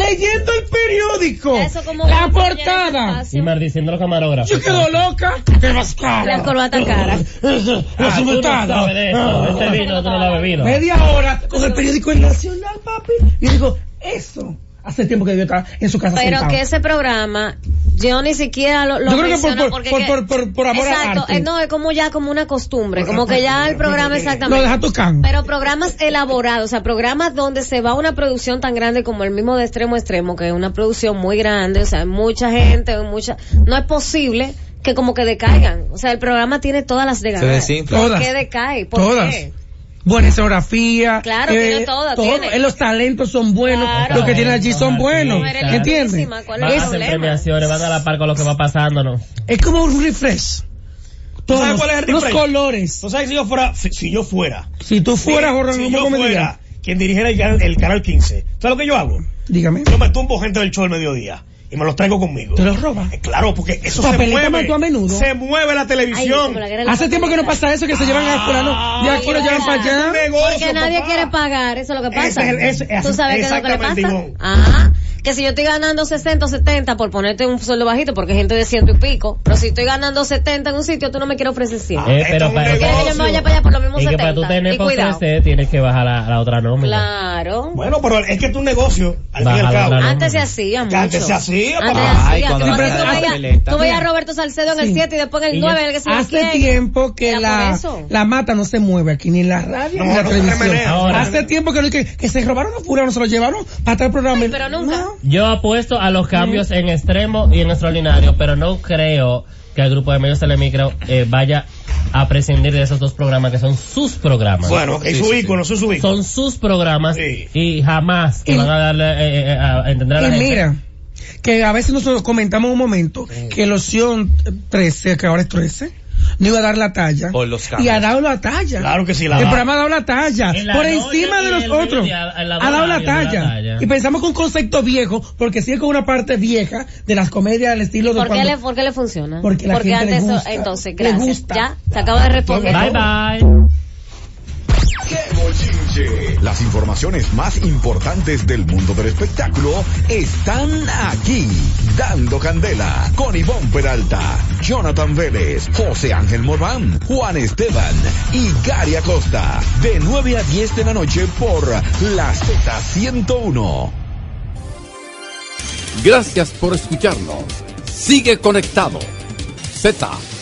[SPEAKER 4] leyendo el periódico.
[SPEAKER 1] Ya eso como-
[SPEAKER 4] la
[SPEAKER 1] Ya
[SPEAKER 4] portada.
[SPEAKER 1] eso
[SPEAKER 5] Y maldiciendo a los camarógrafos. "Ah,
[SPEAKER 4] Yo quedo loca. Qué más
[SPEAKER 1] La corbata cara.
[SPEAKER 4] La
[SPEAKER 5] Ah, tú no sabes de eso. Este vino tú no lo has bebido.
[SPEAKER 4] Media hora con el periódico El Nacional, papi. Y digo, eso. Hace tiempo que yo estar en su casa
[SPEAKER 1] Pero
[SPEAKER 4] sentado.
[SPEAKER 1] que ese programa, yo ni siquiera lo, lo
[SPEAKER 4] Yo creo que
[SPEAKER 1] menciono
[SPEAKER 4] por-
[SPEAKER 1] porque
[SPEAKER 4] por- por-
[SPEAKER 1] que-
[SPEAKER 4] por- por- por amor al
[SPEAKER 1] Exacto,
[SPEAKER 4] arte.
[SPEAKER 1] eh, no, es como ya como una costumbre, como que ya el programa
[SPEAKER 4] Lo
[SPEAKER 1] exactamente.
[SPEAKER 4] deja tocando.
[SPEAKER 1] Pero programas elaborados, o sea, programas donde se va una producción tan grande como el mismo de extremo a extremo, que es una producción muy grande, o sea, hay mucha gente, mucha, no es posible que como que decaigan, o sea, el programa tiene todas las de
[SPEAKER 3] Se
[SPEAKER 1] ganar.
[SPEAKER 3] desinfla.
[SPEAKER 4] Todas.
[SPEAKER 1] ¿Qué decae? ¿Por
[SPEAKER 4] Todas.
[SPEAKER 1] qué?
[SPEAKER 4] Buena escenografía.
[SPEAKER 1] Claro, tiene todo, tiene.
[SPEAKER 4] eh, los talentos son buenos.
[SPEAKER 1] Claro.
[SPEAKER 4] Lo que tienen allí son
[SPEAKER 5] Los
[SPEAKER 4] buenos.
[SPEAKER 5] artistas.
[SPEAKER 4] ¿Entiendes?
[SPEAKER 1] Buenísima, ¿cuál
[SPEAKER 5] Van a
[SPEAKER 1] es el
[SPEAKER 5] hacer
[SPEAKER 1] problema?
[SPEAKER 5] premiaciones, van a la par con lo que va pasando, ¿no?
[SPEAKER 4] Es como un refresh. Todos
[SPEAKER 2] sabes cuál es el
[SPEAKER 4] los
[SPEAKER 2] refresh?
[SPEAKER 4] colores.
[SPEAKER 2] ¿Tú sabes si yo fuera, si, si yo fuera,
[SPEAKER 4] Si tú fueras
[SPEAKER 2] si,
[SPEAKER 4] Jorge
[SPEAKER 2] si
[SPEAKER 4] Lugo
[SPEAKER 2] yo
[SPEAKER 4] Comedia,
[SPEAKER 2] fuera quien dirigiera el, canal- el canal 15, ¿sabes lo que yo hago?
[SPEAKER 4] dígame.
[SPEAKER 2] Yo me tumbo gente del show al mediodía y me los traigo conmigo.
[SPEAKER 4] Te los robas.
[SPEAKER 2] Eh, Claro, porque eso se
[SPEAKER 4] Papelito
[SPEAKER 2] mueve.
[SPEAKER 4] mató a menudo.
[SPEAKER 2] Se mueve la
[SPEAKER 1] Ay,
[SPEAKER 2] televisión.
[SPEAKER 1] como la guerra del
[SPEAKER 4] Hace tiempo que no pasa eso, que se llevan
[SPEAKER 2] Ah,
[SPEAKER 4] a fulano, de aquí lo llevan para allá.
[SPEAKER 2] Es un
[SPEAKER 1] Porque
[SPEAKER 2] negocio,
[SPEAKER 1] nadie
[SPEAKER 2] papá.
[SPEAKER 1] quiere pagar, eso es lo que pasa.
[SPEAKER 2] Ese es el- ese-
[SPEAKER 1] Tú sabes qué es lo que le
[SPEAKER 2] exactamente,
[SPEAKER 1] pasa.
[SPEAKER 2] Ivonne.
[SPEAKER 1] Ajá. Que si yo estoy ganando 60 o 70 por ponerte un sueldo bajito, porque hay gente de ciento y pico, pero si estoy ganando 70 en un sitio, tú no me quieres ofrecer 100.
[SPEAKER 2] Ah,
[SPEAKER 5] Eh,
[SPEAKER 2] esto
[SPEAKER 5] pero
[SPEAKER 2] es un
[SPEAKER 5] para-
[SPEAKER 1] ¿Tú quieres que yo me vaya para allá por lo mismo
[SPEAKER 5] Y que
[SPEAKER 1] 70?
[SPEAKER 5] para tú tener
[SPEAKER 1] y cuidado.
[SPEAKER 5] para tienes que bajar la, la otra nómina.
[SPEAKER 1] Claro.
[SPEAKER 2] Bueno, pero es que es un negocio, al fin y
[SPEAKER 5] Baja
[SPEAKER 2] al
[SPEAKER 5] la
[SPEAKER 2] cabo.
[SPEAKER 5] otra
[SPEAKER 1] Antes se hacía mucho.
[SPEAKER 2] Antes se hacía,
[SPEAKER 1] Antes
[SPEAKER 2] papá.
[SPEAKER 3] Ay,
[SPEAKER 1] se hacía.
[SPEAKER 3] cuando
[SPEAKER 1] Tú,
[SPEAKER 3] la
[SPEAKER 1] veías-
[SPEAKER 3] cara
[SPEAKER 1] tú
[SPEAKER 3] de
[SPEAKER 1] veías,
[SPEAKER 3] papeleta.
[SPEAKER 1] a Roberto Salcedo en el
[SPEAKER 4] Sí.
[SPEAKER 1] 7 y después en el
[SPEAKER 5] Y
[SPEAKER 1] 9,
[SPEAKER 5] ya-
[SPEAKER 1] en el que se
[SPEAKER 4] Hace tiempo que
[SPEAKER 1] Era por
[SPEAKER 4] la,
[SPEAKER 1] eso.
[SPEAKER 4] la mata no se mueve aquí, ni en la radio,
[SPEAKER 2] No,
[SPEAKER 4] ni en la
[SPEAKER 2] no se
[SPEAKER 4] televisión.
[SPEAKER 2] remenea,
[SPEAKER 5] no se
[SPEAKER 4] Hace
[SPEAKER 2] remenea.
[SPEAKER 4] tiempo que, no- que, que se robaron a fulano, se lo llevaron para tal programa.
[SPEAKER 1] Ay, pero nunca.
[SPEAKER 4] No.
[SPEAKER 5] Yo apuesto a los cambios en extremo y en extraordinario, pero no creo que el grupo de medios telemicro eh, vaya a prescindir de esos dos programas que son sus programas.
[SPEAKER 2] Bueno, es su ícono, su su ícono.
[SPEAKER 5] Son sus programas
[SPEAKER 2] Sí.
[SPEAKER 5] y jamás que
[SPEAKER 4] Y-
[SPEAKER 5] van a darle eh, eh, a entender a la
[SPEAKER 4] Y
[SPEAKER 5] gente.
[SPEAKER 4] mira, que a veces nosotros comentamos un momento que el Oción 13, que ahora es 13, no iba a dar la talla.
[SPEAKER 3] Por los cambios.
[SPEAKER 4] y ha dado la talla.
[SPEAKER 2] Claro que sí la
[SPEAKER 4] El
[SPEAKER 2] da.
[SPEAKER 4] programa ha dado la talla.
[SPEAKER 5] En la
[SPEAKER 4] por
[SPEAKER 5] noche
[SPEAKER 4] encima
[SPEAKER 5] y
[SPEAKER 4] de
[SPEAKER 5] en
[SPEAKER 4] los
[SPEAKER 5] el
[SPEAKER 4] otros.
[SPEAKER 5] día, en la
[SPEAKER 4] ha dado la
[SPEAKER 5] radio, en la
[SPEAKER 4] talla.
[SPEAKER 5] talla.
[SPEAKER 4] Y pensamos con concepto viejo, porque sigue con una parte vieja de las comedias del estilo de
[SPEAKER 1] ¿Por qué,
[SPEAKER 4] cuando-
[SPEAKER 1] le, ¿Por qué le funciona?
[SPEAKER 4] Porque la gente le
[SPEAKER 1] antes
[SPEAKER 4] gusta.
[SPEAKER 1] entonces,
[SPEAKER 4] Le
[SPEAKER 1] gracias.
[SPEAKER 4] gusta.
[SPEAKER 1] Ya, te acabo de responder.
[SPEAKER 5] Bye bye.
[SPEAKER 6] ¡Qué bochinche! Las informaciones más importantes del mundo del espectáculo están aquí. Dando Candela con Ivonne Peralta, Jonathan Vélez, José Ángel Morán, Juan Esteban y Gary Acosta. De 9 a 10 de la noche por la Z101. Gracias por escucharnos. Sigue conectado. Z